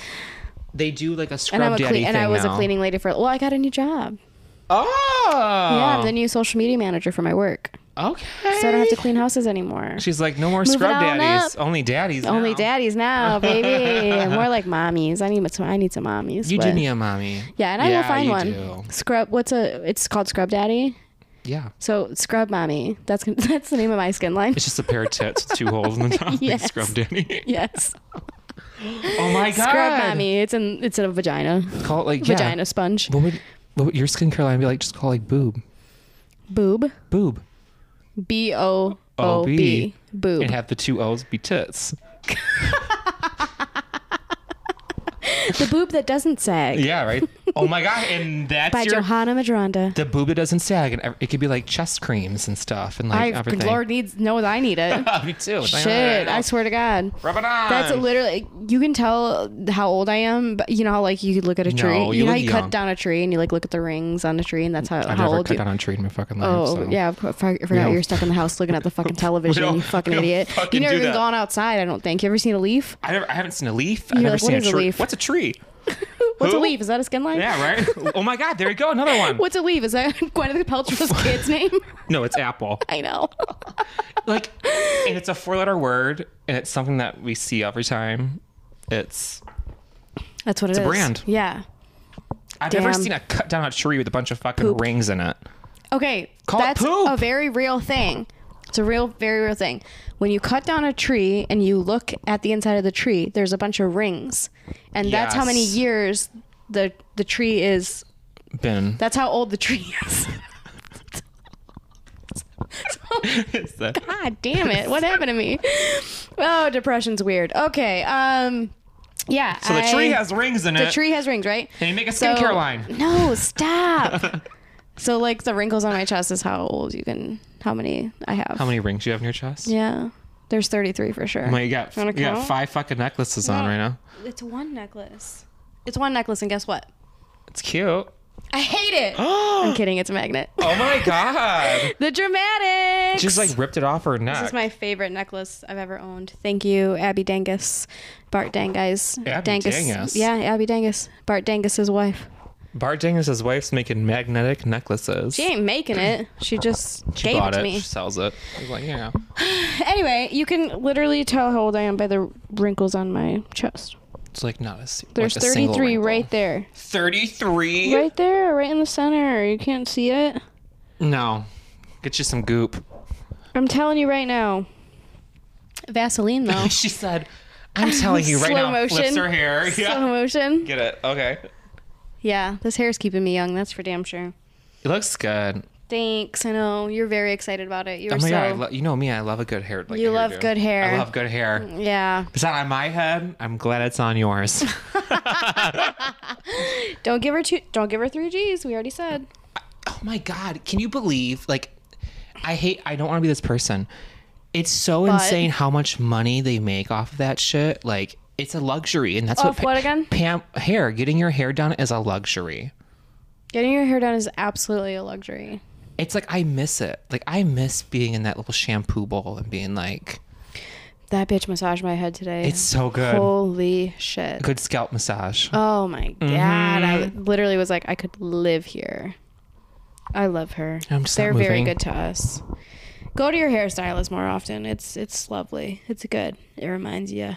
S1: They do like a Scrub
S2: And I'm a
S1: Daddy
S2: clean, and
S1: thing
S2: I was
S1: now.
S2: a cleaning lady for. Well, I got a new job.
S1: Oh.
S2: Yeah, I'm the new social media manager for my work,
S1: Okay.
S2: so I don't have to clean houses anymore.
S1: She's like, no more
S2: Move it
S1: Scrub
S2: on
S1: Daddies.
S2: up.
S1: Only daddies.
S2: Only
S1: now.
S2: daddies now, baby. More like mommies. I need some. I need some mommies.
S1: You do
S2: but-
S1: need a mommy.
S2: Yeah, and I will find
S1: you
S2: one.
S1: do.
S2: Scrub. What's a? It's called Scrub Daddy.
S1: Yeah.
S2: So Scrub Mommy. That's that's the name of my skin line.
S1: It's just a pair of tits with two holes in the top. like
S2: Yes.
S1: Scrub Daddy.
S2: Yes.
S1: Oh my god.
S2: Scrub Mommy. It's in it's in a vagina.
S1: Call it like yeah.
S2: Vagina sponge.
S1: What would what would your skincare line be like? Just call it like boob,
S2: Boob.
S1: boob,
S2: B O O Oh, B.
S1: O-B.
S2: Boob.
S1: Oh, and have the two O's be tits.
S2: the boob that doesn't sag.
S1: Yeah, right. Oh my god, and that's
S2: By
S1: your
S2: Johanna Madronda.
S1: the boob that doesn't sag, and ev- it could be like chest creams and stuff, and like
S2: I
S1: everything. Oh,
S2: Lord needs knows I need it.
S1: Me too.
S2: Shit, I swear to God.
S1: Rub it on.
S2: That's literally you can tell how old I am, but you know how like you could look at a tree.
S1: No, you
S2: know how
S1: look
S2: you
S1: young.
S2: cut down a tree and you like look at the rings on the tree, and that's how
S1: I've
S2: how
S1: never
S2: old
S1: cut
S2: you.
S1: down on a tree in my fucking life.
S2: Oh
S1: so.
S2: yeah, I for- for- I forgot
S1: don't-
S2: you're stuck in the house looking at the fucking television.
S1: don't-
S2: You fucking
S1: we don't
S2: idiot.
S1: fucking
S2: You never
S1: do
S2: even
S1: that.
S2: gone outside. I don't think. You ever seen a leaf?
S1: I, never, I haven't seen a leaf. I've
S2: You're
S1: never
S2: like, what
S1: seen
S2: is a
S1: tree.
S2: leaf?
S1: What's a tree?
S2: What's a
S1: Who?
S2: leaf? Is that a skin line?
S1: Yeah, right. oh my god, there you go, another one.
S2: What's a leaf? Is that Gwyneth Paltrow's kid's name?
S1: No, it's apple.
S2: I know.
S1: Like, and it's a four-letter word, and it's something that we see every time. It's
S2: That's what
S1: a brand.
S2: Yeah.
S1: I've never
S2: Damn.
S1: seen a cut down a tree with a bunch of fucking
S2: Poop.
S1: rings in it.
S2: Okay,
S1: Call it
S2: that's
S1: poop.
S2: a very real thing. It's a real, very real thing. When you cut down a tree and you look at the inside of the tree, there's a bunch of rings, and that's how many
S1: Yes.
S2: years the the tree is.
S1: Been.
S2: That's how old the tree is.
S1: It's the-
S2: God damn it! What happened to me? Oh, depression's weird. Okay, um, yeah.
S1: so the tree
S2: I-
S1: has rings in it.
S2: the tree has rings, right?
S1: And you make a
S2: So-
S1: skincare line.
S2: No, stop. so like the wrinkles on my chest is how old you can, how many I have.
S1: How many rings do you have in your chest?
S2: Yeah. There's 33 for sure.
S1: Well, you got
S2: Wanna
S1: you got
S2: count?
S1: five fucking necklaces on right now.
S2: It's one necklace. It's one necklace, and guess what?
S1: It's cute.
S2: I hate it. I'm kidding. It's a magnet.
S1: Oh my god!
S2: The dramatics.
S1: Just like ripped it off her neck.
S2: This is my favorite necklace I've ever owned. Thank you, Abby Dangus, Bart Dangus.
S1: Abby Dangus?
S2: Yeah, Abby Dangus, Bart Dangus's wife.
S1: Bart Dangus's wife's making magnetic necklaces.
S2: She ain't making it. She just
S1: She
S2: gave
S1: bought
S2: it to
S1: it.
S2: me.
S1: She sells it. I was like, yeah.
S2: Anyway, you can literally tell how old I am by the wrinkles on my chest.
S1: It's like not a. s-
S2: There's
S1: like a single
S2: 33
S1: wrinkle.
S2: right there.
S1: Thirty-three.
S2: Right there, right in the center. You can't see it.
S1: No, get you some goop.
S2: I'm telling you right now. Vaseline though.
S1: she said, "I'm telling you right
S2: Slow
S1: now." Flips
S2: motion.
S1: her hair.
S2: Slow
S1: Yeah.
S2: motion.
S1: Get it? Okay.
S2: Yeah, this hair's keeping me young. That's for damn sure.
S1: It looks good.
S2: Thanks. I know you're very excited about it. You're
S1: Oh my
S2: so
S1: god! I lo- you know me. I love a good hair. Like,
S2: You love
S1: hairdo.
S2: good hair.
S1: I love good hair. If
S2: yeah.
S1: It's not on my head. I'm glad it's on yours. Oh
S2: Don't give her two. Don't give her three G's. We already said.
S1: oh my god! Can you believe? Like, I hate. I don't want to be this person. It's so insane how much money they make off of that shit. Like, it's a luxury, and that's
S2: Off
S1: what. Pa-
S2: what again?
S1: Pam, hair. Getting your hair done is a luxury.
S2: Getting your hair done is absolutely a luxury.
S1: it's like I miss it. Like I miss being in that little shampoo bowl and being like,
S2: That bitch massaged my head today.
S1: it's so good.
S2: holy shit.
S1: Good scalp massage.
S2: Oh my god! I
S1: Mm-hmm.
S2: literally was like, I could live here. I love her.
S1: I'm just not
S2: They're very
S1: moving.
S2: good to us. Go to your hairstylist more often. It's it's lovely. It's good. It reminds you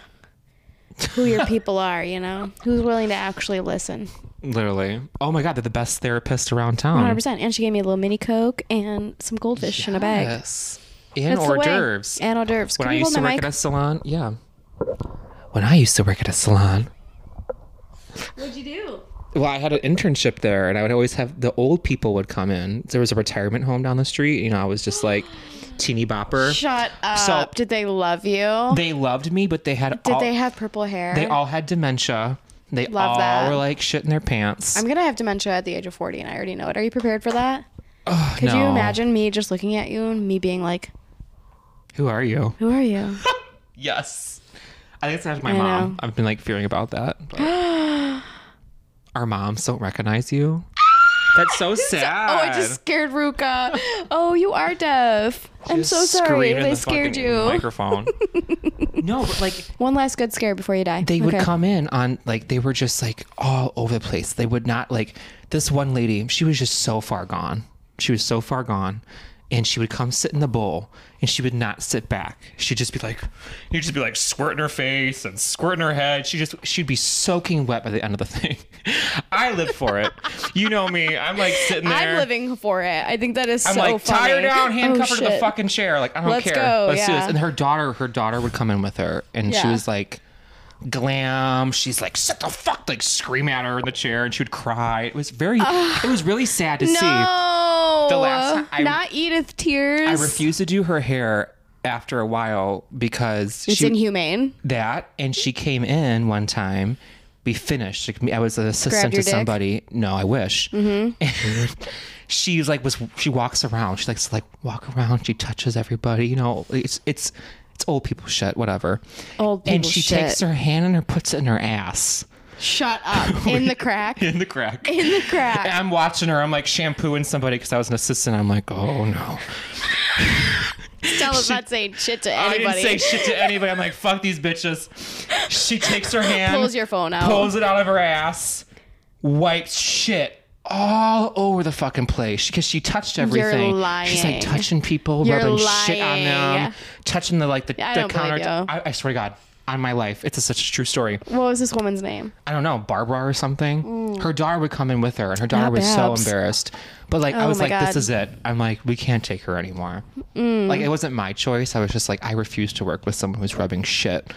S2: who your people are. You know who's willing to actually listen.
S1: Mm. Literally. Oh my god, they're the best therapist around
S2: 100.
S1: town.
S2: percent And she gave me a little mini coke and some goldfish in a bag.
S1: Yes. And
S2: That's the
S1: hors
S2: way.
S1: d'oeuvres.
S2: And hors d'oeuvres.
S1: when
S2: Can
S1: I
S2: you
S1: used
S2: hold
S1: to
S2: my
S1: work
S2: mic?
S1: at a salon, yeah. When I used to work at a salon,
S2: What'd you do?
S1: well, I had an internship there, and I would always have the old people would come in. There was a retirement home down the street. You know, I was just like teeny bopper.
S2: Shut up.
S1: So-
S2: Did they love you?
S1: They loved me, but they had
S2: Did
S1: all
S2: they have purple hair?
S1: they all had dementia. They
S2: Love
S1: all
S2: that.
S1: were like shit in their pants.
S2: I'm gonna have dementia at the age of 40, and I already know it. Are you prepared for that?
S1: Oh,
S2: Could you
S1: no.
S2: imagine me just looking at you and me being like,
S1: Who are you?
S2: Who are you? Oh,
S1: Yes. I think it's not my
S2: I
S1: mom.
S2: know.
S1: I've been like fearing about that. but- Our moms don't recognize you. That's so sad.
S2: Oh, I just scared Ruka. Oh, you are deaf. I'm
S1: Just
S2: so sorry
S1: scream
S2: if
S1: in
S2: I
S1: the
S2: scared
S1: fucking
S2: you.
S1: Microphone. no, but like
S2: One last good scare before you die.
S1: they would
S2: Okay.
S1: come in on like they were just like all over the place. They would not like this one lady. She was just so far gone. She was so far gone, and she would come sit in the bowl, and she would not sit back. She'd just be like, you'd just be like squirting her face and squirting her head. She just she'd be soaking wet by the end of the thing. I live for it. you know me. I'm like sitting there.
S2: I'm living for it. I think that is
S1: I'm
S2: so
S1: like tie her
S2: funny.
S1: down, handcuff
S2: Oh,
S1: her to the
S2: shit.
S1: fucking chair. Like I don't
S2: Let's
S1: care.
S2: go,
S1: Let's do
S2: yeah.
S1: this. And her daughter, her daughter would come in with her, and she
S2: Yeah.
S1: was like glam. She's like shut the fuck, like scream at her in the chair, and she would cry. It was very, it was really sad to see.
S2: No,
S1: The last time I-
S2: not Edith tears.
S1: I refused to do her hair after a while because
S2: It's
S1: she
S2: inhumane.
S1: that, and she came in one time. We finished. Like, I was an assistant
S2: your
S1: to
S2: dick? Mm-hmm.
S1: somebody. No, I wish. And she's like, was she walks around. She likes to like walk around. She touches everybody. You know, it's it's it's old people shit. Whatever.
S2: Old
S1: and
S2: people
S1: she
S2: shit.
S1: takes her hand and her puts it in her ass
S2: Shut up. In the crack.
S1: in the crack.
S2: In the
S1: And
S2: crack.
S1: I'm watching her. I'm like shampooing somebody because I was an assistant. I'm like, oh no.
S2: Stella's not saying shit to anybody.
S1: I didn't say shit to anybody. I'm like, fuck these bitches. She takes her hand,
S2: Pulls your phone out.
S1: pulls it out of her ass, wipes shit all over the fucking place because she touched everything. She's
S2: lying.
S1: like touching people,
S2: You're
S1: rubbing shit on
S2: lying.
S1: them, touching the like the,
S2: I
S1: the
S2: don't believe
S1: counter. I,
S2: you.
S1: I swear to God. On my life, it's a, such a true story.
S2: what was this woman's name?
S1: I don't know, Barbara or something. Her daughter would come in with her, and her daughter
S2: Mm. Not
S1: was so
S2: Babs.
S1: embarrassed. But like, I
S2: Oh
S1: was
S2: my
S1: like,
S2: God.
S1: this is it. I'm like, we can't take her anymore. Like, it wasn't my choice. I was just like, I refuse to work with someone who's rubbing shit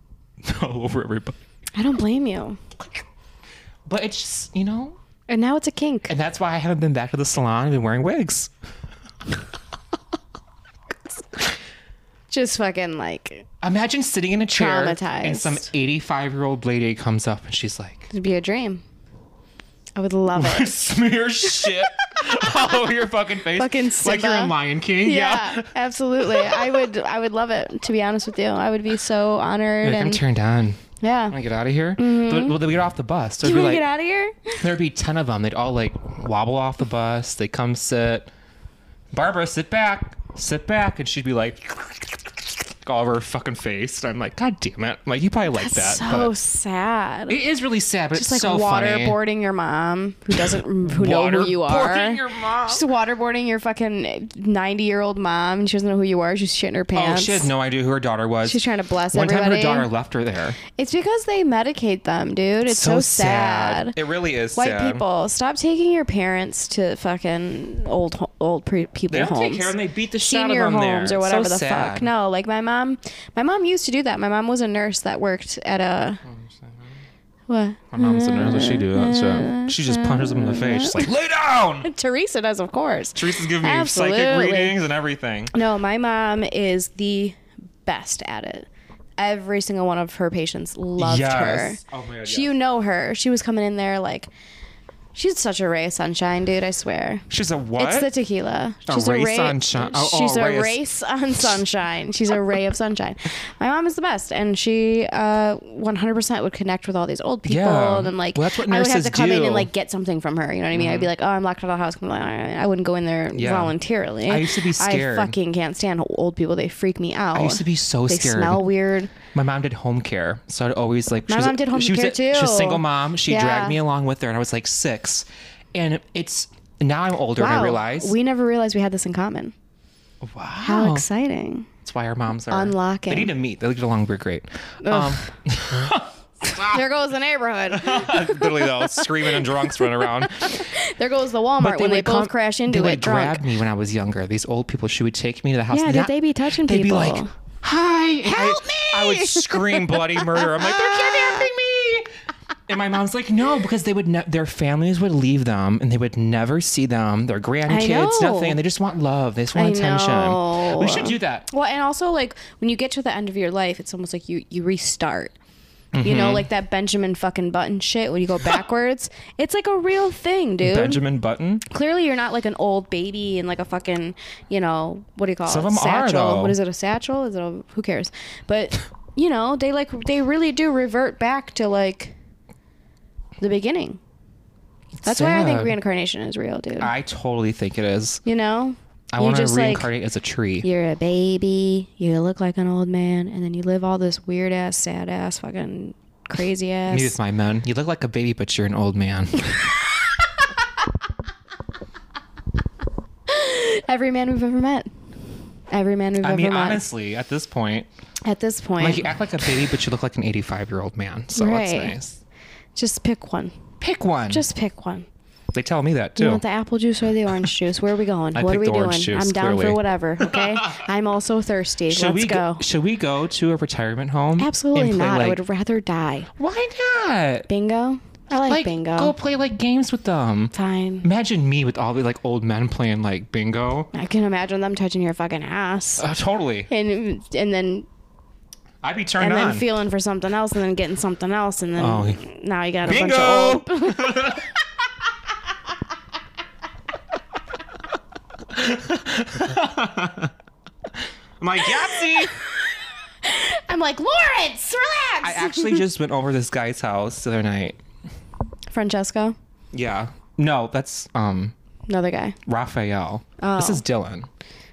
S1: all over everybody.
S2: I don't blame you.
S1: But it's just, you know,
S2: And now it's a kink.
S1: and that's why I haven't been back to the salon. I've been wearing wigs.
S2: Just fucking like
S1: Imagine sitting in a chair and some
S2: Traumatized.
S1: 85 year old lady comes up and she's like,
S2: it'd be a dream. I would love it.
S1: smear shit all over your fucking face.
S2: Fucking
S1: like you're
S2: Simba.
S1: in Lion King. Yeah.
S2: Yeah, absolutely. I would I would love it, to be honest with you. I would be so honored
S1: Like, I'm
S2: and
S1: turned on.
S2: yeah.
S1: want to get out of here? But, well, they would get off the bus. There'd
S2: Mm-hmm. you
S1: be
S2: want
S1: like,
S2: to get out of here?
S1: there'd be ten of them. They'd all like wobble off the bus. They come sit. Barbara, sit back, sit back, and she'd be like, all over her fucking face. And I'm like, God damn it! I'm like you probably like that.
S2: So
S1: but-
S2: sad.
S1: it is really sad, but
S2: It's
S1: it's
S2: like
S1: so funny.
S2: waterboarding your mom who doesn't who know who you are.
S1: Waterboarding your mom.
S2: She's waterboarding your fucking 90 year old mom and she doesn't know who you are. She's shitting her
S1: Oh,
S2: pants.
S1: she had no idea who her daughter was.
S2: She's trying to bless
S1: One
S2: everybody.
S1: time her daughter left her there.
S2: It's because they medicate them, dude. It's so, sad.
S1: It really is
S2: White
S1: sad.
S2: people, stop taking your parents to fucking old ho- old pre- people
S1: They don't
S2: homes.
S1: take care of them. They beat the shit out of
S2: senior
S1: them there.
S2: homes or
S1: It's so
S2: whatever the
S1: sad.
S2: fuck. No, like my mom, my mom used to do that. My mom was a nurse that worked at a what?
S1: My mom's a nurse. What
S2: Mm-hmm.
S1: she do? That shit. She just punches them in the face. She's like, lay down.
S2: Teresa does, of course.
S1: Teresa's giving me
S2: Absolutely.
S1: psychic readings and everything.
S2: No, my mom is the best at it. Every single one of her patients loved
S1: Yes.
S2: her.
S1: Oh my God,
S2: She-
S1: yes.
S2: You know her. She was coming in there like, she's such a ray of sunshine, dude. I swear.
S1: She's a what?
S2: It's the tequila.
S1: A
S2: She's
S1: ray
S2: a ray
S1: sunshine- oh, oh,
S2: she's
S1: ray
S2: a
S1: of-
S2: race on sunshine. She's a ray of sunshine. My mom is the best, and she uh, 100% would connect with all these old people.
S1: Yeah.
S2: And like,
S1: Well, that's what
S2: I would have
S1: nurses
S2: to come in
S1: do. Mm-hmm.
S2: and like get something from her. You know what I mean? I'd be like, oh, I'm locked out of the house. I wouldn't go in there
S1: Yeah.
S2: voluntarily.
S1: I used to be scared.
S2: I fucking can't stand old people. They freak me out.
S1: I used to be so
S2: They
S1: scared.
S2: smell weird.
S1: My mom did home care, so I'd always like.
S2: My
S1: she was,
S2: mom did home
S1: she was
S2: care,
S1: a, She was
S2: too.
S1: a single mom. She
S2: Yeah.
S1: dragged me along with her, and I was like six. And it's now I'm older, and I
S2: Wow.
S1: realize. Oh.
S2: we never realized we had this in common.
S1: wow,
S2: How exciting!
S1: that's why our moms are
S2: Unlocking.
S1: They need to meet. They get along. We're great. Um,
S2: There goes the neighborhood.
S1: Um, literally though, screaming and drunks running around.
S2: There goes the Walmart when they
S1: would
S2: both
S1: come-
S2: crash into
S1: they
S2: it
S1: would
S2: drunk.
S1: grab me when I was younger. These old people, she would take me to the house.
S2: Yeah,
S1: and
S2: did they be touching
S1: they'd
S2: people?
S1: be like, "Hi, and
S2: Help
S1: I,
S2: me!
S1: I would scream bloody murder. I'm like, they're kidnapping me. And my mom's like, no, because they would ne- their families would leave them and they would never see them, their grandkids,
S2: know.
S1: nothing. And they just want love. They just want
S2: I
S1: attention.
S2: know.
S1: We should do that.
S2: Well, and also like when you get to the end of your life, it's almost like you you restart. You
S1: Mm-hmm.
S2: know, like that Benjamin fucking Button shit when you go backwards. it's like a real thing, dude.
S1: Benjamin Button.
S2: Clearly, you're not like an old baby in like a fucking, you know, what do you call
S1: Some
S2: it?
S1: of 'em are,
S2: satchel.
S1: though.
S2: What is it? A satchel? Is it a who cares? But you know, they like they really do revert back to like the beginning. That's why I think
S1: Sad.
S2: reincarnation is real, dude.
S1: I totally think it is.
S2: you know,
S1: I
S2: You
S1: want to
S2: just, like-
S1: reincarnate as a tree.
S2: you're a baby, you look like an old man, and then you live all this weird ass, sad ass, fucking crazy
S1: Me
S2: ass.
S1: with my men. You look like a baby, but you're an old man.
S2: Every man we've ever met. Every man we've
S1: I
S2: ever
S1: mean,
S2: met.
S1: honestly, at this point,
S2: At this point,
S1: like you act like a baby, but you look like an 85 year old man. So that's
S2: Right.
S1: nice.
S2: just pick one.
S1: Pick one.
S2: Just pick one.
S1: they tell me that
S2: You
S1: too.
S2: want the apple juice or the orange juice? Where are we going?
S1: I
S2: what are we
S1: picked the
S2: doing?
S1: orange juice,
S2: I'm down for
S1: clearly.
S2: whatever. Okay. I'm also thirsty.
S1: should
S2: Let's
S1: we
S2: go.
S1: Should we go to a retirement home? and
S2: Absolutely
S1: play,
S2: not. I
S1: like-
S2: would rather die.
S1: why not?
S2: Bingo. I like,
S1: Like
S2: bingo.
S1: Go play like games with them.
S2: Fine.
S1: Imagine me with all the like old men playing like bingo.
S2: I can imagine them touching your fucking ass.
S1: Uh, totally.
S2: And, and then
S1: I'd be turned
S2: and
S1: on.
S2: then feeling for something else and then getting something else and then
S1: Oh.
S2: now you got a bunch of
S1: bingo.
S2: old
S1: I'm like, Yahtzee.
S2: I'm like, Lawrence,
S1: I
S2: relax.
S1: actually just went over this guy's house the other night.
S2: Francesco,
S1: Yeah. No, that's um
S2: another guy.
S1: Raphael. This is Dylan.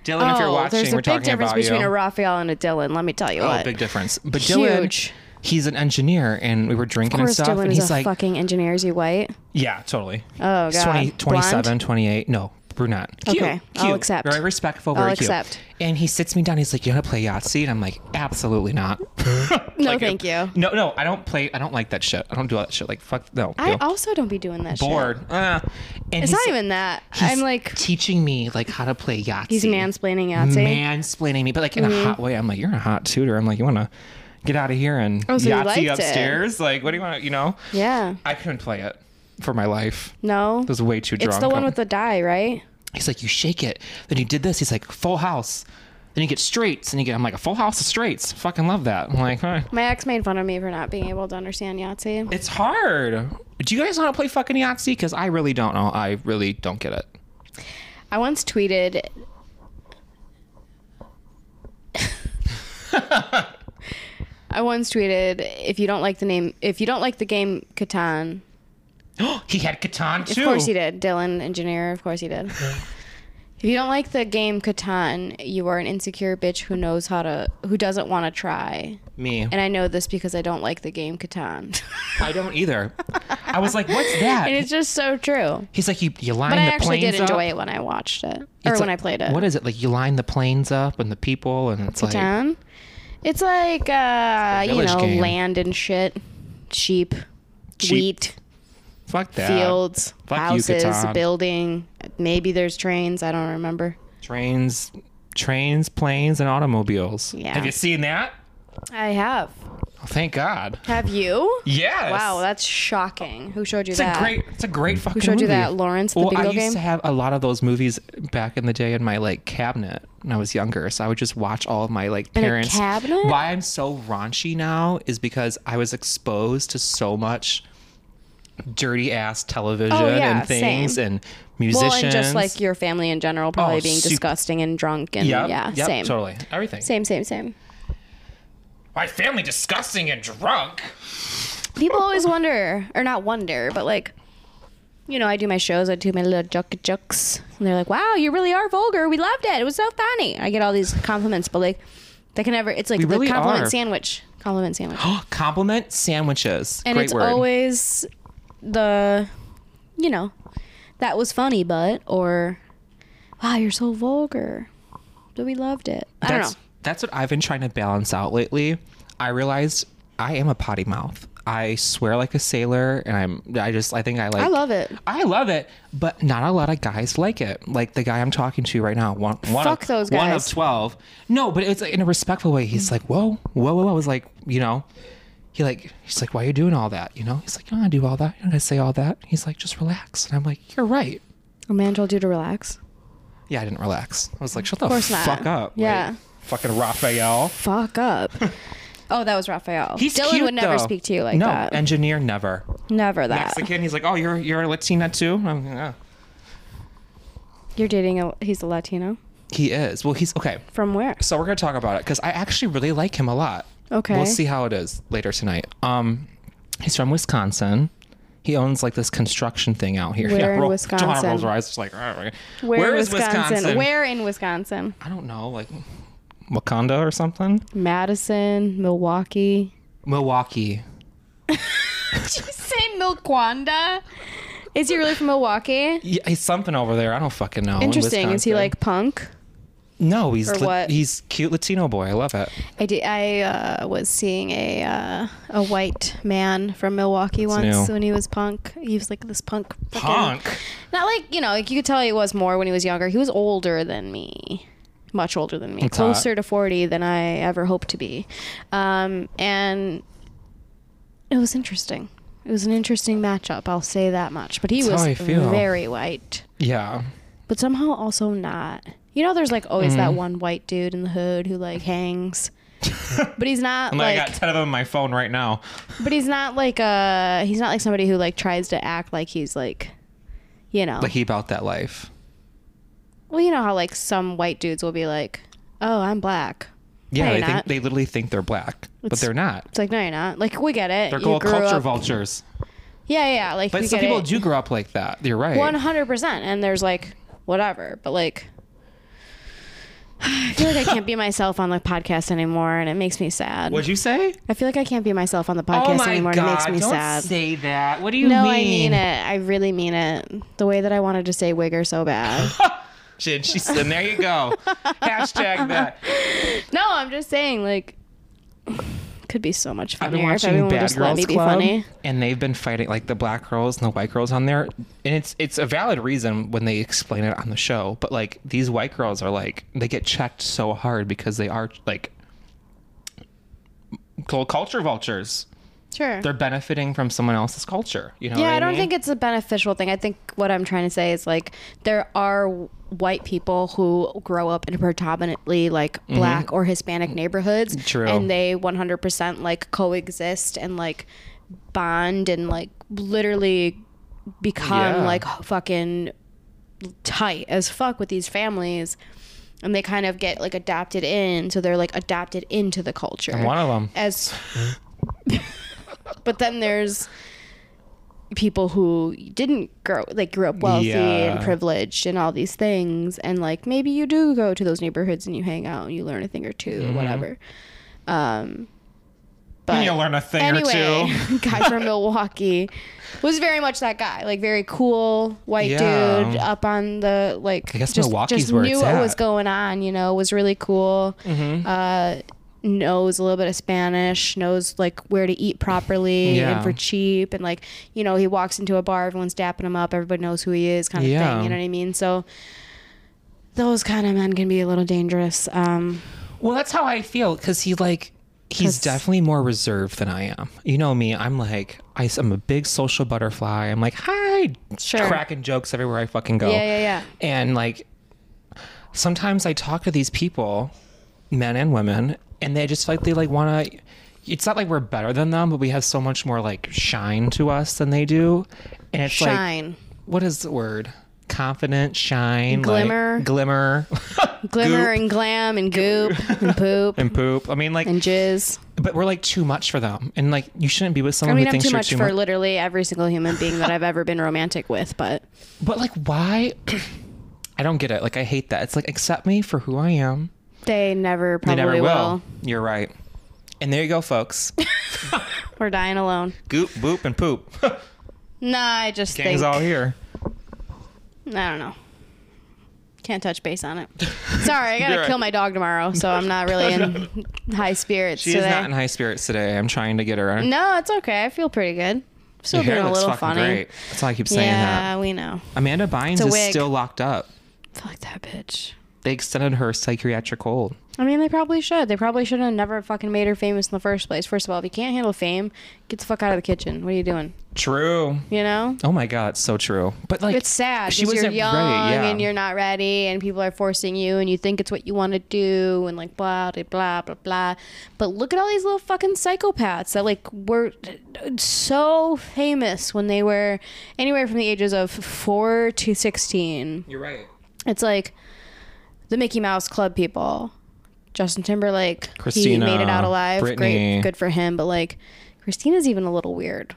S1: Dylan, if you're
S2: oh,
S1: watching,
S2: there's
S1: we're
S2: a big
S1: talking
S2: difference
S1: about
S2: between
S1: you.
S2: a Raphael and a Dylan. Let me tell you
S1: oh,
S2: what.
S1: big difference. But Dylan,
S2: Huge.
S1: he's an engineer, and we were
S2: of
S1: drinking and
S2: course,
S1: stuff,
S2: Dylan
S1: and
S2: is
S1: he's
S2: a
S1: like,
S2: fucking engineer. Is he white?
S1: yeah, totally.
S2: Oh,
S1: He's
S2: God.
S1: 20,
S2: Blonde?
S1: 27, 28. No, brunette. Cute,
S2: Okay, I'll
S1: cute,
S2: accept.
S1: Very respectful.
S2: I'll
S1: Very cute.
S2: accept.
S1: And he sits me down. He's like, "You want to play Yahtzee?" And I'm like, "Absolutely not."
S2: No,
S1: Like,
S2: thank you.
S1: No, no, I don't play. I don't like that shit. I don't do all that shit. Like, fuck no.
S2: I
S1: no.
S2: also don't be doing that shit.
S1: bored. Uh, and he's-
S2: It's not even that.
S1: he's
S2: I'm like,
S1: teaching me like how to play Yahtzee.
S2: he's mansplaining Mm-hmm. Yahtzee.
S1: mansplaining me, but like in a hot way. I'm like, you're a hot tutor. I'm like, you want to get out of here and
S2: Oh, so you liked
S1: Yahtzee
S2: it.
S1: upstairs? Like, what do you want? to, You know,
S2: yeah.
S1: I couldn't play it for my life.
S2: No.
S1: I was way too drunk.
S2: It's the one
S1: I'm-
S2: with the die, right?
S1: He's like, you shake it. Then you did this. He's like, full house. Then you get straights, and you get. I'm like, a full house of straights. Fucking love that. I'm like, huh.
S2: My ex made fun of me for not being able to understand Yahtzee.
S1: It's hard. Do you guys want to play fucking Yahtzee? Because I really don't know. I really don't get it.
S2: I once tweeted. I once tweeted if you don't like the name, if you don't like the game Catan,
S1: he had Catan too.
S2: of course he did. Dylan, engineer, of course he did. if you don't like the game Catan, you are an insecure bitch who knows how to, who doesn't want to try.
S1: Me.
S2: And I know this because I don't like the game Catan.
S1: I don't either. I was like, what's that?
S2: and it's just so true.
S1: He's like, you, you line
S2: But I
S1: the
S2: actually
S1: planes
S2: did enjoy
S1: up.
S2: it when I watched it
S1: It's
S2: or when
S1: like-
S2: I played it.
S1: What is it? Like, you line the planes up and the people, and it's like,
S2: Catan. It's like uh, you
S1: village
S2: know,
S1: game.
S2: land and shit, sheep,
S1: Sheep.
S2: wheat,
S1: fuck that.
S2: fields,
S1: Fuck you,
S2: houses,
S1: Catan.
S2: building. Maybe there's trains. I don't remember.
S1: Trains, trains, planes, and automobiles.
S2: Yeah.
S1: Have you seen that?
S2: I have.
S1: Oh, thank God.
S2: Have you?
S1: Yes.
S2: Wow, that's shocking. Who showed you
S1: It's
S2: that?
S1: a great, it's a great fucking.
S2: showed
S1: movie.
S2: you that? Lawrence, the
S1: well, I
S2: bingo
S1: used
S2: game?
S1: to have a lot of those movies back in the day in my like cabinet when I was younger, so I would just watch all of my like
S2: a
S1: parents.
S2: cabinet?
S1: Why I'm so raunchy now is because I was exposed to so much dirty ass television
S2: Oh, yeah,
S1: and things
S2: same.
S1: and
S2: well,
S1: musicians.
S2: and just like your family in general, probably
S1: Oh,
S2: being
S1: sup-
S2: disgusting and drunk and
S1: Yep,
S2: yeah,
S1: yep,
S2: same,
S1: totally everything.
S2: same, same, same.
S1: My family disgusting and drunk.
S2: people always wonder or not wonder but like you know i do my shows i do my little joke jokes and they're like wow you really are vulgar we loved it it was so funny i get all these compliments but like they can never it's like the
S1: really
S2: compliment
S1: are.
S2: sandwich compliment sandwich
S1: Compliment sandwiches.
S2: and
S1: Great
S2: it's
S1: word.
S2: always the you know that was funny but or wow you're so vulgar but we loved it i don't
S1: that's,
S2: know
S1: That's what I've been trying to balance out lately. I realized I am a potty mouth. I swear like a sailor, and I'm. I just. I think I like.
S2: i love it
S1: I love it, but not a lot of guys like it. Like the guy I'm talking to right now, one, one
S2: Fuck
S1: of,
S2: those
S1: One of
S2: guys.
S1: twelve. No, but it's like in a respectful way. He's like, whoa, whoa, whoa. I was like, you know, he like, he's like, why are you doing all that? You know, he's like, you don't gotta do all that. You don't gotta say all that. He's like, just relax. And I'm like, you're right.
S2: a man told you to relax
S1: Yeah, I didn't relax. I was like, shut the
S2: course not.
S1: fuck up. like,
S2: Yeah.
S1: fucking Raphael.
S2: fuck up Oh, that was Raphael.
S1: He's
S2: Dylan
S1: cute,
S2: would never
S1: though.
S2: speak to you like
S1: no,
S2: that.
S1: engineer never.
S2: never that.
S1: Mexican. He's like, oh, you're you're a Latina too. I'm like, "Yeah."
S2: You're dating a. He's a Latino.
S1: He is. Well, he's okay.
S2: From where?
S1: So we're gonna talk about it because I actually really like him a lot.
S2: Okay.
S1: We'll see how it is later tonight. Um, he's from Wisconsin. He owns like this construction thing out here.
S2: Where in
S1: roll-
S2: Wisconsin?
S1: Joanna rolls her eyes. She's like, "All right,
S2: Where, in Wisconsin? Where in Wisconsin?
S1: I don't know, like Wakanda or something.
S2: Madison, Milwaukee.
S1: Milwaukee.
S2: Did you say Milquanda? Is he really from Milwaukee?
S1: Yeah, he's something over there. I don't fucking know. in
S2: Interesting. Is he
S1: Wisconsin.
S2: like punk?
S1: No, he's
S2: or
S1: li-
S2: what?
S1: he's cute Latino boy. I love it.
S2: I did, I uh, was seeing a uh, a white man from Milwaukee once
S1: new.
S2: when he was punk. He was like this punk. fucking-
S1: Punk.
S2: Not like you know, like you could tell he was more when he was younger. He was older than me, much older than me,
S1: That's hot.
S2: closer to forty than I ever hoped to be, um, and it was interesting. It was an interesting matchup. I'll say that much. But he
S1: That's how I
S2: was
S1: feel.
S2: very white,
S1: Yeah.
S2: but somehow also not. You know, there's like always that
S1: Mm-hmm.
S2: one white dude in the hood who like hangs. But he's not
S1: And
S2: like
S1: I got ten of them on my phone right now.
S2: but he's not like uh he's not like somebody who like tries to act like he's like you know.
S1: Like he about that life.
S2: well, you know how like some white dudes will be like, "Oh, I'm black."
S1: Yeah,
S2: No,
S1: they
S2: you're
S1: think
S2: not.
S1: they literally think they're black, but
S2: It's-
S1: they're not.
S2: It's like, "No, you're not." Like, we get it.
S1: They're
S2: You
S1: called
S2: grew
S1: culture
S2: up-
S1: vultures.
S2: Yeah, yeah, like
S1: But
S2: we
S1: some
S2: get
S1: people
S2: it.
S1: do grow up like that. You're right.
S2: 100% and there's like whatever, but like I feel like I can't be myself on the podcast anymore and it makes me sad.
S1: What'd you Oh say?
S2: I feel like I can't be myself on the podcast anymore and it makes me sad.
S1: say that. What do you
S2: no, I mean it. I really mean it. The way that I wanted to say wigger so bad.
S1: Shit, she's and there you go. Hashtag that.
S2: No, I'm just saying, like, could be so much
S1: I've been
S2: funnier if
S1: watching
S2: everyone would
S1: Bad
S2: just
S1: Girls
S2: let me be
S1: Club,
S2: funny.
S1: and they've been fighting like the black girls and the white girls on there, and it's it's a valid reason when they explain it on the show. But like these white girls are like they get checked so hard because they are like cul- culture vultures.
S2: Sure.
S1: They're benefiting from someone else's culture. You know?
S2: yeah,
S1: what
S2: I don't
S1: mean?
S2: think it's a beneficial thing. I think what I'm trying to say is like there are white people who grow up in predominantly like black or Hispanic neighborhoods,
S1: Mm-hmm. True.
S2: and they 100% like coexist and like bond and like literally become
S1: Yeah.
S2: like fucking tight as fuck with these families. And they kind of get like adopted in, so they're like adopted into the culture
S1: I'm one of them.
S2: as but then there's people who didn't grow like grew up wealthy and
S1: Yeah.
S2: privileged and all these things and like maybe you do go to those neighborhoods and you hang out and you learn a thing or 2 or whatever um but
S1: You'll learn a thing
S2: anyway
S1: or two.
S2: guy from milwaukee was very much that guy like very cool white
S1: Yeah.
S2: dude up on the like
S1: I guess
S2: just,
S1: Milwaukee's
S2: just
S1: where
S2: knew
S1: it's
S2: what
S1: at. Mm-hmm.
S2: was going on you know was really cool uh knows a little bit of Spanish, knows like where to eat properly
S1: Yeah.
S2: and for cheap, and like you know he walks into a bar, everyone's dapping him up, everybody knows who he is, kind of
S1: Yeah.
S2: thing. You know what I mean? So those kind of men can be a little dangerous. Um,
S1: Well, that's how I feel because he like he's
S2: 'Cause-
S1: definitely more reserved than I am. You know me. I'm like I, am a big social butterfly. I'm like hi,
S2: Sure.
S1: cracking jokes everywhere I fucking go.
S2: Yeah, yeah, yeah.
S1: And like sometimes I talk to these people, men and women, and they just like they like want to. It's not like we're better than them, but we have so much more like shine to us than they do, and it's like
S2: shine,
S1: what is the word? Confident, shine, like,
S2: Glimmer.
S1: glimmer,
S2: glimmer,
S1: goop.
S2: and glam, and goop, and poop,
S1: and poop. I mean, like
S2: and jizz.
S1: but we're like too much for them and like you shouldn't be with
S2: I
S1: someone
S2: mean,
S1: who
S2: I'm
S1: thinks
S2: too
S1: you're
S2: much
S1: too
S2: for
S1: much
S2: literally every single human being that I've ever been romantic with, but
S1: but like why i don't get it like i hate that it's like accept me for who i am
S2: they never
S1: they
S2: probably
S1: never
S2: will.
S1: will you're right and there you go folks
S2: We're dying alone.
S1: goop boop and poop
S2: Nah, I just
S1: gang's
S2: think
S1: all here
S2: I don't know. Can't touch base on it. Sorry, I gotta
S1: You're right.
S2: kill my dog tomorrow, so I'm not really in high spirits
S1: she's
S2: today.
S1: not in high spirits today i'm trying to get her Your
S2: no, it's okay. I feel pretty good. Still Mm, being a little funny.
S1: that's all i keep saying
S2: Yeah, we know.
S1: that amanda bynes
S2: a
S1: is
S2: wig.
S1: still locked up
S2: Fuck that bitch.
S1: They extended her psychiatric hold.
S2: I mean, they probably should. They probably should have never fucking made her famous in the first place. First of all, if you can't handle fame, get the fuck out of the kitchen. What are you doing?
S1: True.
S2: You know?
S1: Oh my god, so true. But like
S2: It's sad.
S1: She
S2: She
S1: was
S2: you're young
S1: yeah.
S2: and you're not ready, and people are forcing you, and you think it's what you want to do, and like blah, blah, blah, blah, blah. But look at all these little fucking psychopaths that like were so famous when they were anywhere from the ages of four to 16.
S1: You're right.
S2: It's like the Mickey Mouse Club people. Justin Timberlake,
S1: Christina,
S2: he made it out alive.
S1: Britney.
S2: Great, good for him. But like, Christina's even a little weird.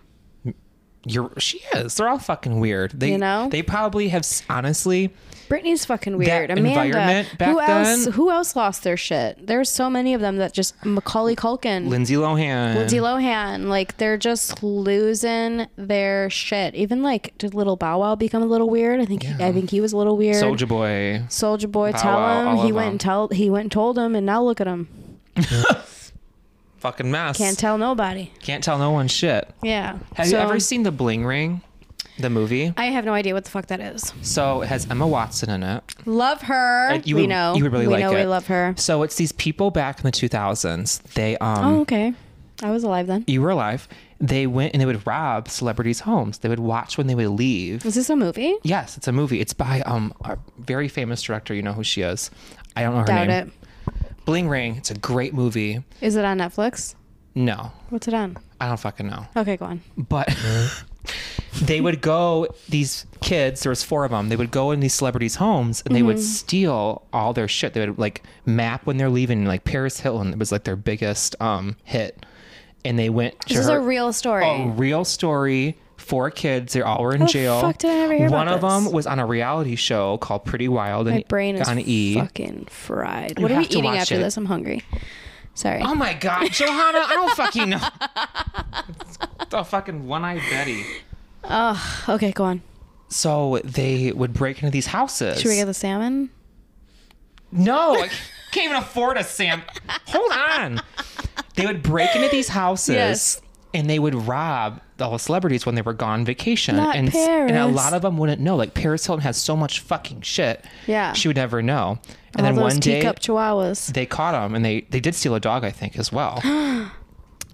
S1: You're she is. They're all fucking weird. They
S2: You know?
S1: they probably have s- honestly
S2: Britney's fucking weird.
S1: That
S2: Amanda,
S1: environment back
S2: who else?
S1: then-
S2: Who else lost their shit? There's so many of them that just Macaulay Culkin,
S1: Lindsay Lohan.
S2: Lindsay Lohan, like they're just losing their shit. Even like did Little Bow Wow become a little weird? I think he, I think he was a little weird.
S1: Soldier Boy.
S2: Soldier Boy,
S1: Bow
S2: tell
S1: Wow, all
S2: him he
S1: of
S2: went
S1: them.
S2: and tell he went and told him, and now look at him.
S1: Fucking mess.
S2: Can't tell nobody.
S1: Can't tell no one shit.
S2: Yeah.
S1: Have
S2: So-
S1: you ever seen The Bling Ring? The movie.
S2: I have no idea what the fuck that is.
S1: So it has Emma Watson in it.
S2: Love her.
S1: And Uh, you
S2: we
S1: would,
S2: know.
S1: You would really
S2: we
S1: like
S2: know
S1: it.
S2: We love her.
S1: So it's these people back in the 2000s. They um
S2: Oh, okay. I was alive then.
S1: you were alive. They went and they would rob celebrities' homes. They would watch when they would leave.
S2: Is this a movie?
S1: Yes, it's a movie. It's by um a very famous director. You know who she is. I don't know her
S2: Doubt
S1: name.
S2: it.
S1: Bling Ring. It's a great movie.
S2: Is it on Netflix?
S1: No,
S2: What's it on?
S1: I don't fucking know.
S2: Okay, go on.
S1: But they would go. These kids. There was four of them. They would go in these celebrities' homes and they
S2: Mm-hmm.
S1: would steal all their shit. They would like map when they're leaving. Like Paris Hilton was like their biggest um hit, and they went. To
S2: This is
S1: her,
S2: a real story.
S1: a real story. Four kids. They all were in
S2: the
S1: jail.
S2: fuck did I ever hear
S1: One
S2: about
S1: of them
S2: this?
S1: was on a reality show called Pretty Wild.
S2: My
S1: and
S2: brain is
S1: on E.
S2: fucking fried. what are we
S1: have to
S2: eating
S1: watch
S2: after
S1: it.
S2: this? I'm hungry. Sorry.
S1: Oh my god, Johanna! I don't fucking know. the fucking one-eyed Betty.
S2: okay, go on.
S1: So they would break into these houses.
S2: Should we get the salmon?
S1: No, I can't even afford a Sam. Hold on. They would break into these houses
S2: Yes.
S1: and they would rob all the celebrities when they were gone vacation.
S2: Not
S1: and, and a
S2: Paris.
S1: lot of them wouldn't know. Like Paris Hilton has so much fucking shit.
S2: Yeah.
S1: She would never know. And
S2: All
S1: then
S2: those
S1: one day
S2: teacup chihuahuas.
S1: they caught him and they, they did steal a dog, I think, as well.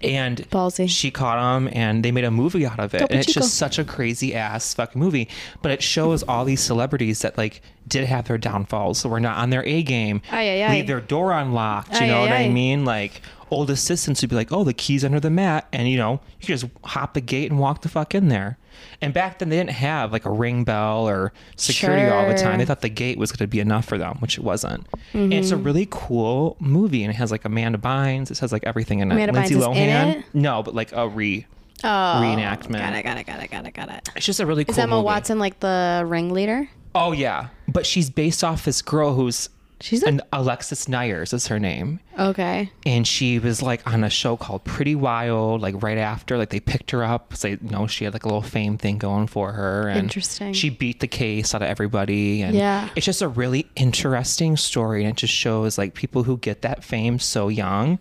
S1: And
S2: Ballsy.
S1: she caught him and they made a movie out of it.
S2: Topo
S1: and it's
S2: Chico.
S1: just such a crazy ass fucking movie. But it shows all these celebrities that like did have their downfalls. So we're not on their A game.
S2: Aye, aye, aye.
S1: Leave their door unlocked. You
S2: Aye,
S1: know
S2: aye,
S1: what I
S2: aye.
S1: mean? Like old assistants would be like, oh, the key's under the mat. And you know, you could just hop the gate and walk the fuck in there. And back then they didn't have like a ring bell or security all the time.
S2: Sure. Mm-hmm.
S1: They thought the gate was going to be enough for them, which it wasn't. And it's a really cool movie. And it has like Amanda Bynes. It has like everything in it.
S2: Amanda
S1: Lindsay
S2: Bynes is in
S1: Lohan.
S2: it?
S1: No, but like a re
S2: Oh,
S1: reenactment.
S2: Got it. Got it. Got it. Got it. Got it.
S1: It's just a really cool
S2: Is Emma
S1: movie.
S2: Watson like the ringleader?
S1: Oh yeah, but she's based off this girl who's
S2: She's a
S1: an Alexis Nyers is her name,
S2: okay.
S1: and she was like on a show called Pretty Wild. Like right after, like they picked her up. So you know she had like a little fame thing going for her, and
S2: Interesting.
S1: She beat the case out of everybody, and
S2: Yeah.
S1: it's just a really interesting story, and it just shows like people who get that fame so young,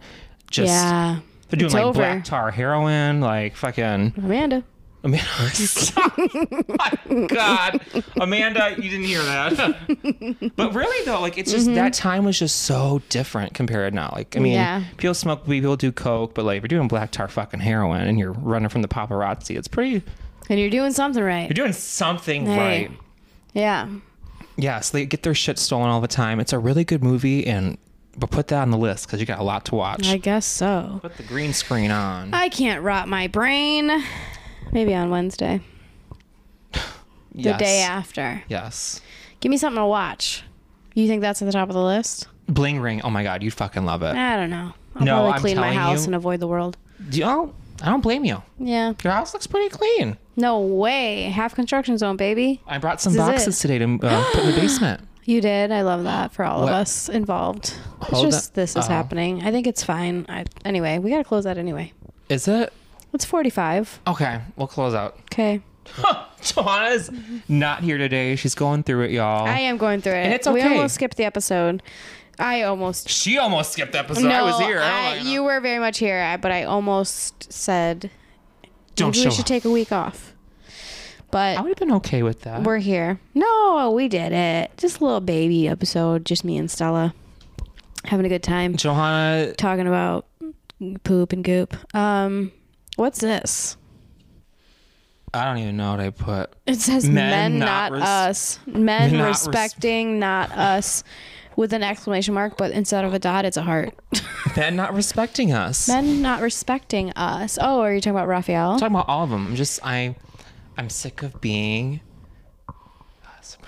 S1: just.
S2: yeah.
S1: They're doing
S2: It's
S1: like
S2: over.
S1: black tar heroin, like fucking
S2: Amanda.
S1: Amanda, my God, Amanda, you didn't hear that. but really though, like it's
S2: Mm-hmm.
S1: just that time was just so different compared now. Like I mean,
S2: Yeah.
S1: people smoke weed, people do coke, but like if you're doing black tar fucking heroin and you're running from the paparazzi, it's pretty.
S2: And you're doing something right.
S1: You're doing something
S2: Hey.
S1: right.
S2: Yeah.
S1: Yeah, so they get their shit stolen all the time. It's a really good movie, and but put that on the list because you got a lot to watch.
S2: I guess so.
S1: put the green screen on.
S2: I can't rot my brain. Maybe on Wednesday,
S1: the
S2: the day after.
S1: Yes.
S2: Give me something to watch. You think that's at the top of the list?
S1: Bling ring. Oh my god, you'd fucking love it.
S2: I don't know. I'll
S1: No,
S2: probably
S1: I'm
S2: clean my
S1: telling
S2: house
S1: you.
S2: and avoid the world.
S1: Do you, I don't- I don't blame you.
S2: Yeah.
S1: Your house looks pretty clean.
S2: No way. Half construction zone, baby.
S1: I brought some
S2: This is
S1: boxes today to uh, put in the basement.
S2: You did. I love that for all
S1: What?
S2: of us involved. It's
S1: Hold
S2: just
S1: up.
S2: this is
S1: Oh.
S2: happening. I think it's fine. I, anyway, we got to close that anyway.
S1: Is it?
S2: It's 45.
S1: Okay, we'll close out.
S2: Okay.
S1: Johanna's not here today. She's going through it, y'all.
S2: I am going through it.
S1: And it's
S2: We
S1: okay.
S2: almost skipped the episode. I almost.
S1: she almost skipped the episode.
S2: no,
S1: I was here. Oh
S2: I- you were very much here, I- but I almost said
S1: don't
S2: maybe
S1: show
S2: we should
S1: up.
S2: take a week off.
S1: I
S2: But
S1: would have been okay with that.
S2: we're here. No, we did it. Just a little baby episode. Just me and Stella having a good time
S1: Johanna,
S2: talking about poop and goop. Um, what's this?
S1: I don't even know what I put.
S2: It says men,
S1: Men
S2: not,
S1: not res-
S2: us. Men
S1: not res-
S2: respecting not us with an exclamation mark, but instead of a dot, it's a heart.
S1: Men not respecting us.
S2: men not respecting us. Oh, are you talking about Raphael?
S1: I'm talking about all of them. I'm just I, I'm sick of being.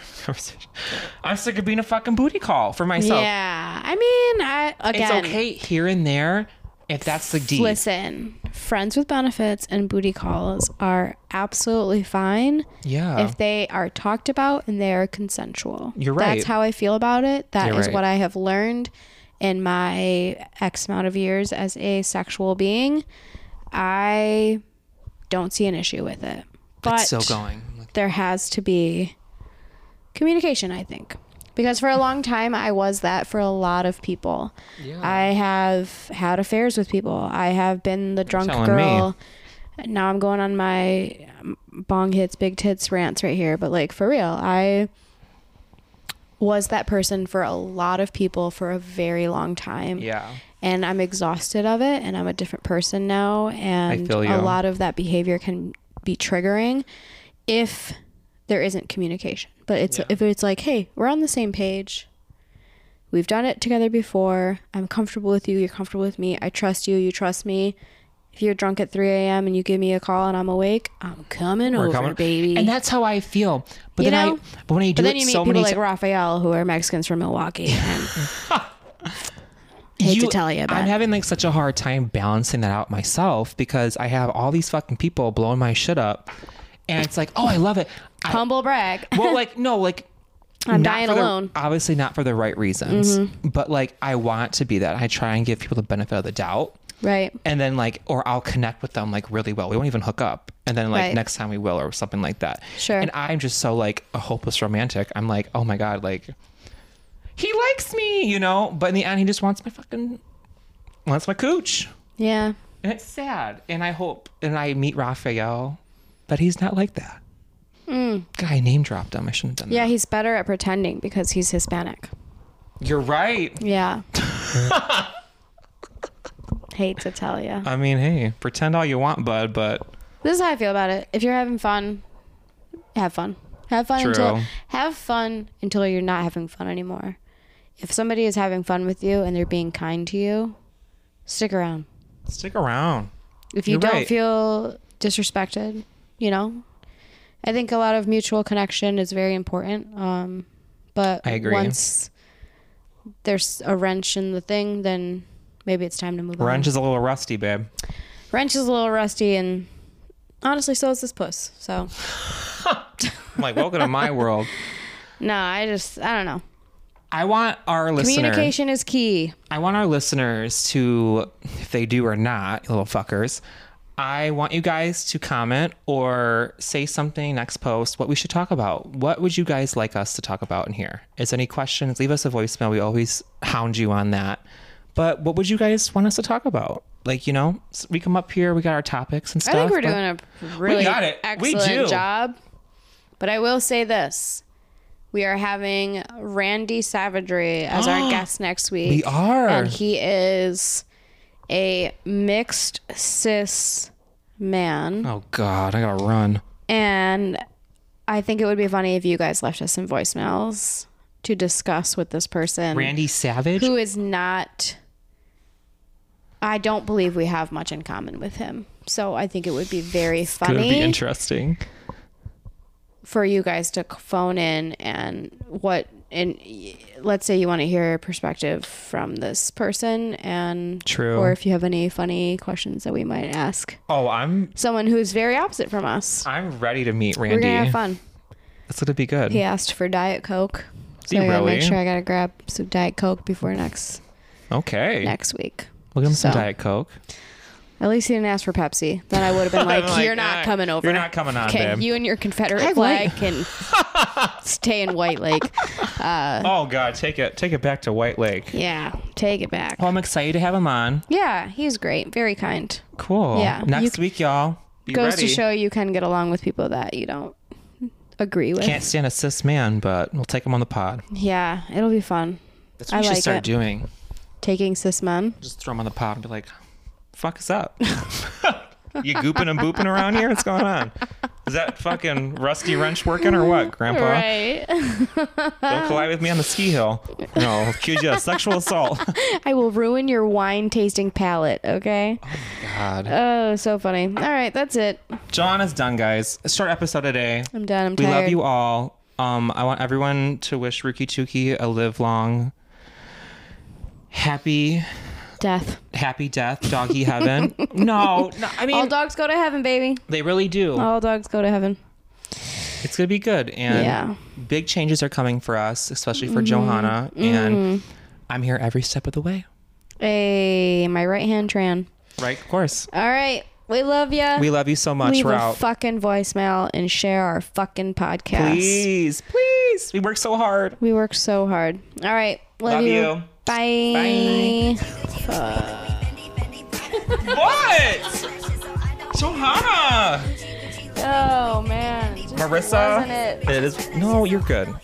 S1: I'm sick of being a fucking booty call for myself.
S2: yeah. I mean, I
S1: it's
S2: again.
S1: okay here and there if that's the D.
S2: Listen, friends with benefits and booty calls are absolutely fine
S1: yeah.
S2: if they are talked about and they are
S1: Oh.
S2: consensual.
S1: You're
S2: That's
S1: right.
S2: how I feel about it. That is
S1: You're right.
S2: what I have learned in my X amount of years as a sexual being. I don't see an issue with it. But
S1: it's still going. Like,
S2: there has to be communication, I think. Because for a long time, I was that for a lot of people.
S1: Yeah.
S2: I have had affairs with people. I have been the drunk
S1: telling
S2: girl. Now I'm going on my um, bong hits, big tits rants right here. But like for real, I was that person for a lot of people for a very long time
S1: yeah.
S2: and I'm exhausted of it and I'm a different person now and
S1: feel you.
S2: a lot of that behavior can be triggering if there isn't communication. But it's if it's like, "Hey, we're on the same page. We've done it together before. I'm comfortable with you. You're comfortable with me. I trust you. You trust me." If you're drunk at 3 a.m. and you give me a call and I'm awake, I'm coming over,
S1: coming-
S2: baby.
S1: And that's how I feel. But
S2: You
S1: then
S2: know?
S1: I but when I do
S2: but then
S1: it
S2: you meet
S1: so
S2: people
S1: many
S2: like
S1: times,
S2: Raphael who are Mexicans from Milwaukee. And hate to tell you, but-
S1: I'm having like such a hard time balancing that out myself because I have all these fucking people blowing my shit up. And it's like, oh, I love it. I,
S2: humble brag.
S1: well, like no, like
S2: I'm
S1: not
S2: dying
S1: for the-
S2: alone. Mm-hmm.
S1: obviously, not for the right reasons, but like I want to be that. I try and give people the benefit of the doubt,
S2: right.
S1: and then like, or I'll connect with them like really well. We won't even hook up, and then like
S2: Right.
S1: next time we will, or something like that.
S2: Sure.
S1: And I'm just so like a hopeless romantic. I'm like, oh my god, like he likes me, you know. But in the end, he just wants my fucking wants my cooch,
S2: Yeah.
S1: and it's sad. And I hope, and I meet Raphael, that he's not like that. God, I name dropped him. I shouldn't have done
S2: Hmm. Yeah, he's better at pretending because he's Hispanic.
S1: that. You're right.
S2: Yeah. Hate to tell you.
S1: I mean, hey, pretend all you want, bud, but
S2: This is how I feel about it. If you're having fun, have fun. Have fun
S1: True.
S2: until have fun until you're not having fun anymore. If somebody is having fun with you and they're being kind to you, stick around.
S1: stick around.
S2: If you
S1: You're
S2: don't
S1: right.
S2: feel disrespected, you know. I think a lot of mutual connection is very important. Um, but
S1: I agree.
S2: once there's a wrench in the thing, then maybe it's time to move
S1: Wrench is a little rusty, babe.
S2: on. Wrench is a little rusty, and honestly, so is this puss. So
S1: I'm like, welcome to my world.
S2: no, I just I don't know.
S1: I want our listeners.
S2: Communication is key.
S1: I want our listeners to, if they do or not, you little fuckers. I want you guys to comment or say something next post what we should talk about. What would you guys like us to talk about in here? Is there any questions? Leave us a voicemail. We always hound you on that. But what would you guys want us to talk about? Like, you know, s- we come up here, we got our topics and
S2: I
S1: stuff.
S2: think we're
S1: but-
S2: doing a really
S1: got it. We
S2: excellent
S1: do.
S2: job. But I will say this. We are having Randy Savagery as our guest next week.
S1: We are.
S2: And he is a mixed cis man.
S1: Oh God, I gotta run.
S2: And I think it would be funny if you guys left us some voicemails to discuss with this person
S1: Randy Savage.
S2: who is not I don't believe we have much in common with him. So I think it would be very
S1: Gonna be
S2: funny
S1: interesting.
S2: for you guys to c- phone in and what and y- let's say you want to hear a perspective from this person and
S1: True.
S2: or if you have any funny questions that we might ask
S1: Oh, I'm
S2: someone who's very opposite from us.
S1: I'm ready to meet
S2: We're going to
S1: Randy.
S2: have fun.
S1: It's gonna be good.
S2: He asked for Diet Coke. So
S1: He
S2: I gotta make
S1: really?
S2: sure I gotta grab some Diet Coke before next
S1: Okay.
S2: next week.
S1: We'll give him some
S2: So.
S1: Diet Coke.
S2: At least he didn't ask for Pepsi. Then I would have been like,
S1: Like,
S2: "You're not
S1: uh,
S2: coming over.
S1: you're not coming on,
S2: Okay,
S1: babe."
S2: you and your Confederate
S1: I
S2: flag
S1: like-
S2: can stay in White Lake.
S1: oh God, take it take it back to White Lake.
S2: uh, Yeah, take it back.
S1: Well, I'm excited to have him on.
S2: Yeah, he's great. Very kind.
S1: Cool.
S2: Yeah.
S1: Next week, y'all. Be
S2: Goes
S1: ready.
S2: to show you can get along with people that you don't agree with.
S1: Can't stand a cis man, but we'll take him on the pod.
S2: Yeah, it'll be fun.
S1: That's what
S2: I
S1: we should
S2: like
S1: start
S2: it.
S1: doing.
S2: Taking cis men.
S1: Just throw him on the pod and be like, fuck us up. you gooping and booping around here? What's going on? Is that fucking rusty wrench working or what, Grandpa?
S2: Right.
S1: Don't collide with me on the ski hill. No, I'll accuse you of sexual assault.
S2: I will ruin your wine tasting palate, okay?
S1: God.
S2: Oh, so funny. All right, that's it.
S1: John is done, guys. Short episode today.
S2: I'm done. I'm
S1: We
S2: tired.
S1: love you all. Um, I want everyone to wish Ruki Tuki a live long, happy,
S2: Death.
S1: happy death, doggy heaven. no, no, I
S2: All
S1: mean,
S2: dogs go to heaven, baby.
S1: they really do.
S2: All dogs go to heaven.
S1: It's gonna be good, and
S2: Yeah.
S1: big changes are coming for us, especially for Johanna. And I'm here every step of the way.
S2: Hey, my right hand Tran.
S1: Right, of course.
S2: All right, we love ya.
S1: We love you so much.
S2: Leave
S1: We're
S2: a
S1: out.
S2: fucking voicemail and share our fucking podcast.
S1: please, please. We work so hard.
S2: We work so hard. All right, love,
S1: Love
S2: you.
S1: you.
S2: Bye.
S1: What? Johanna,
S2: Oh man,
S1: Marissa.
S2: Oh, wasn't it.
S1: It is. No, you're good.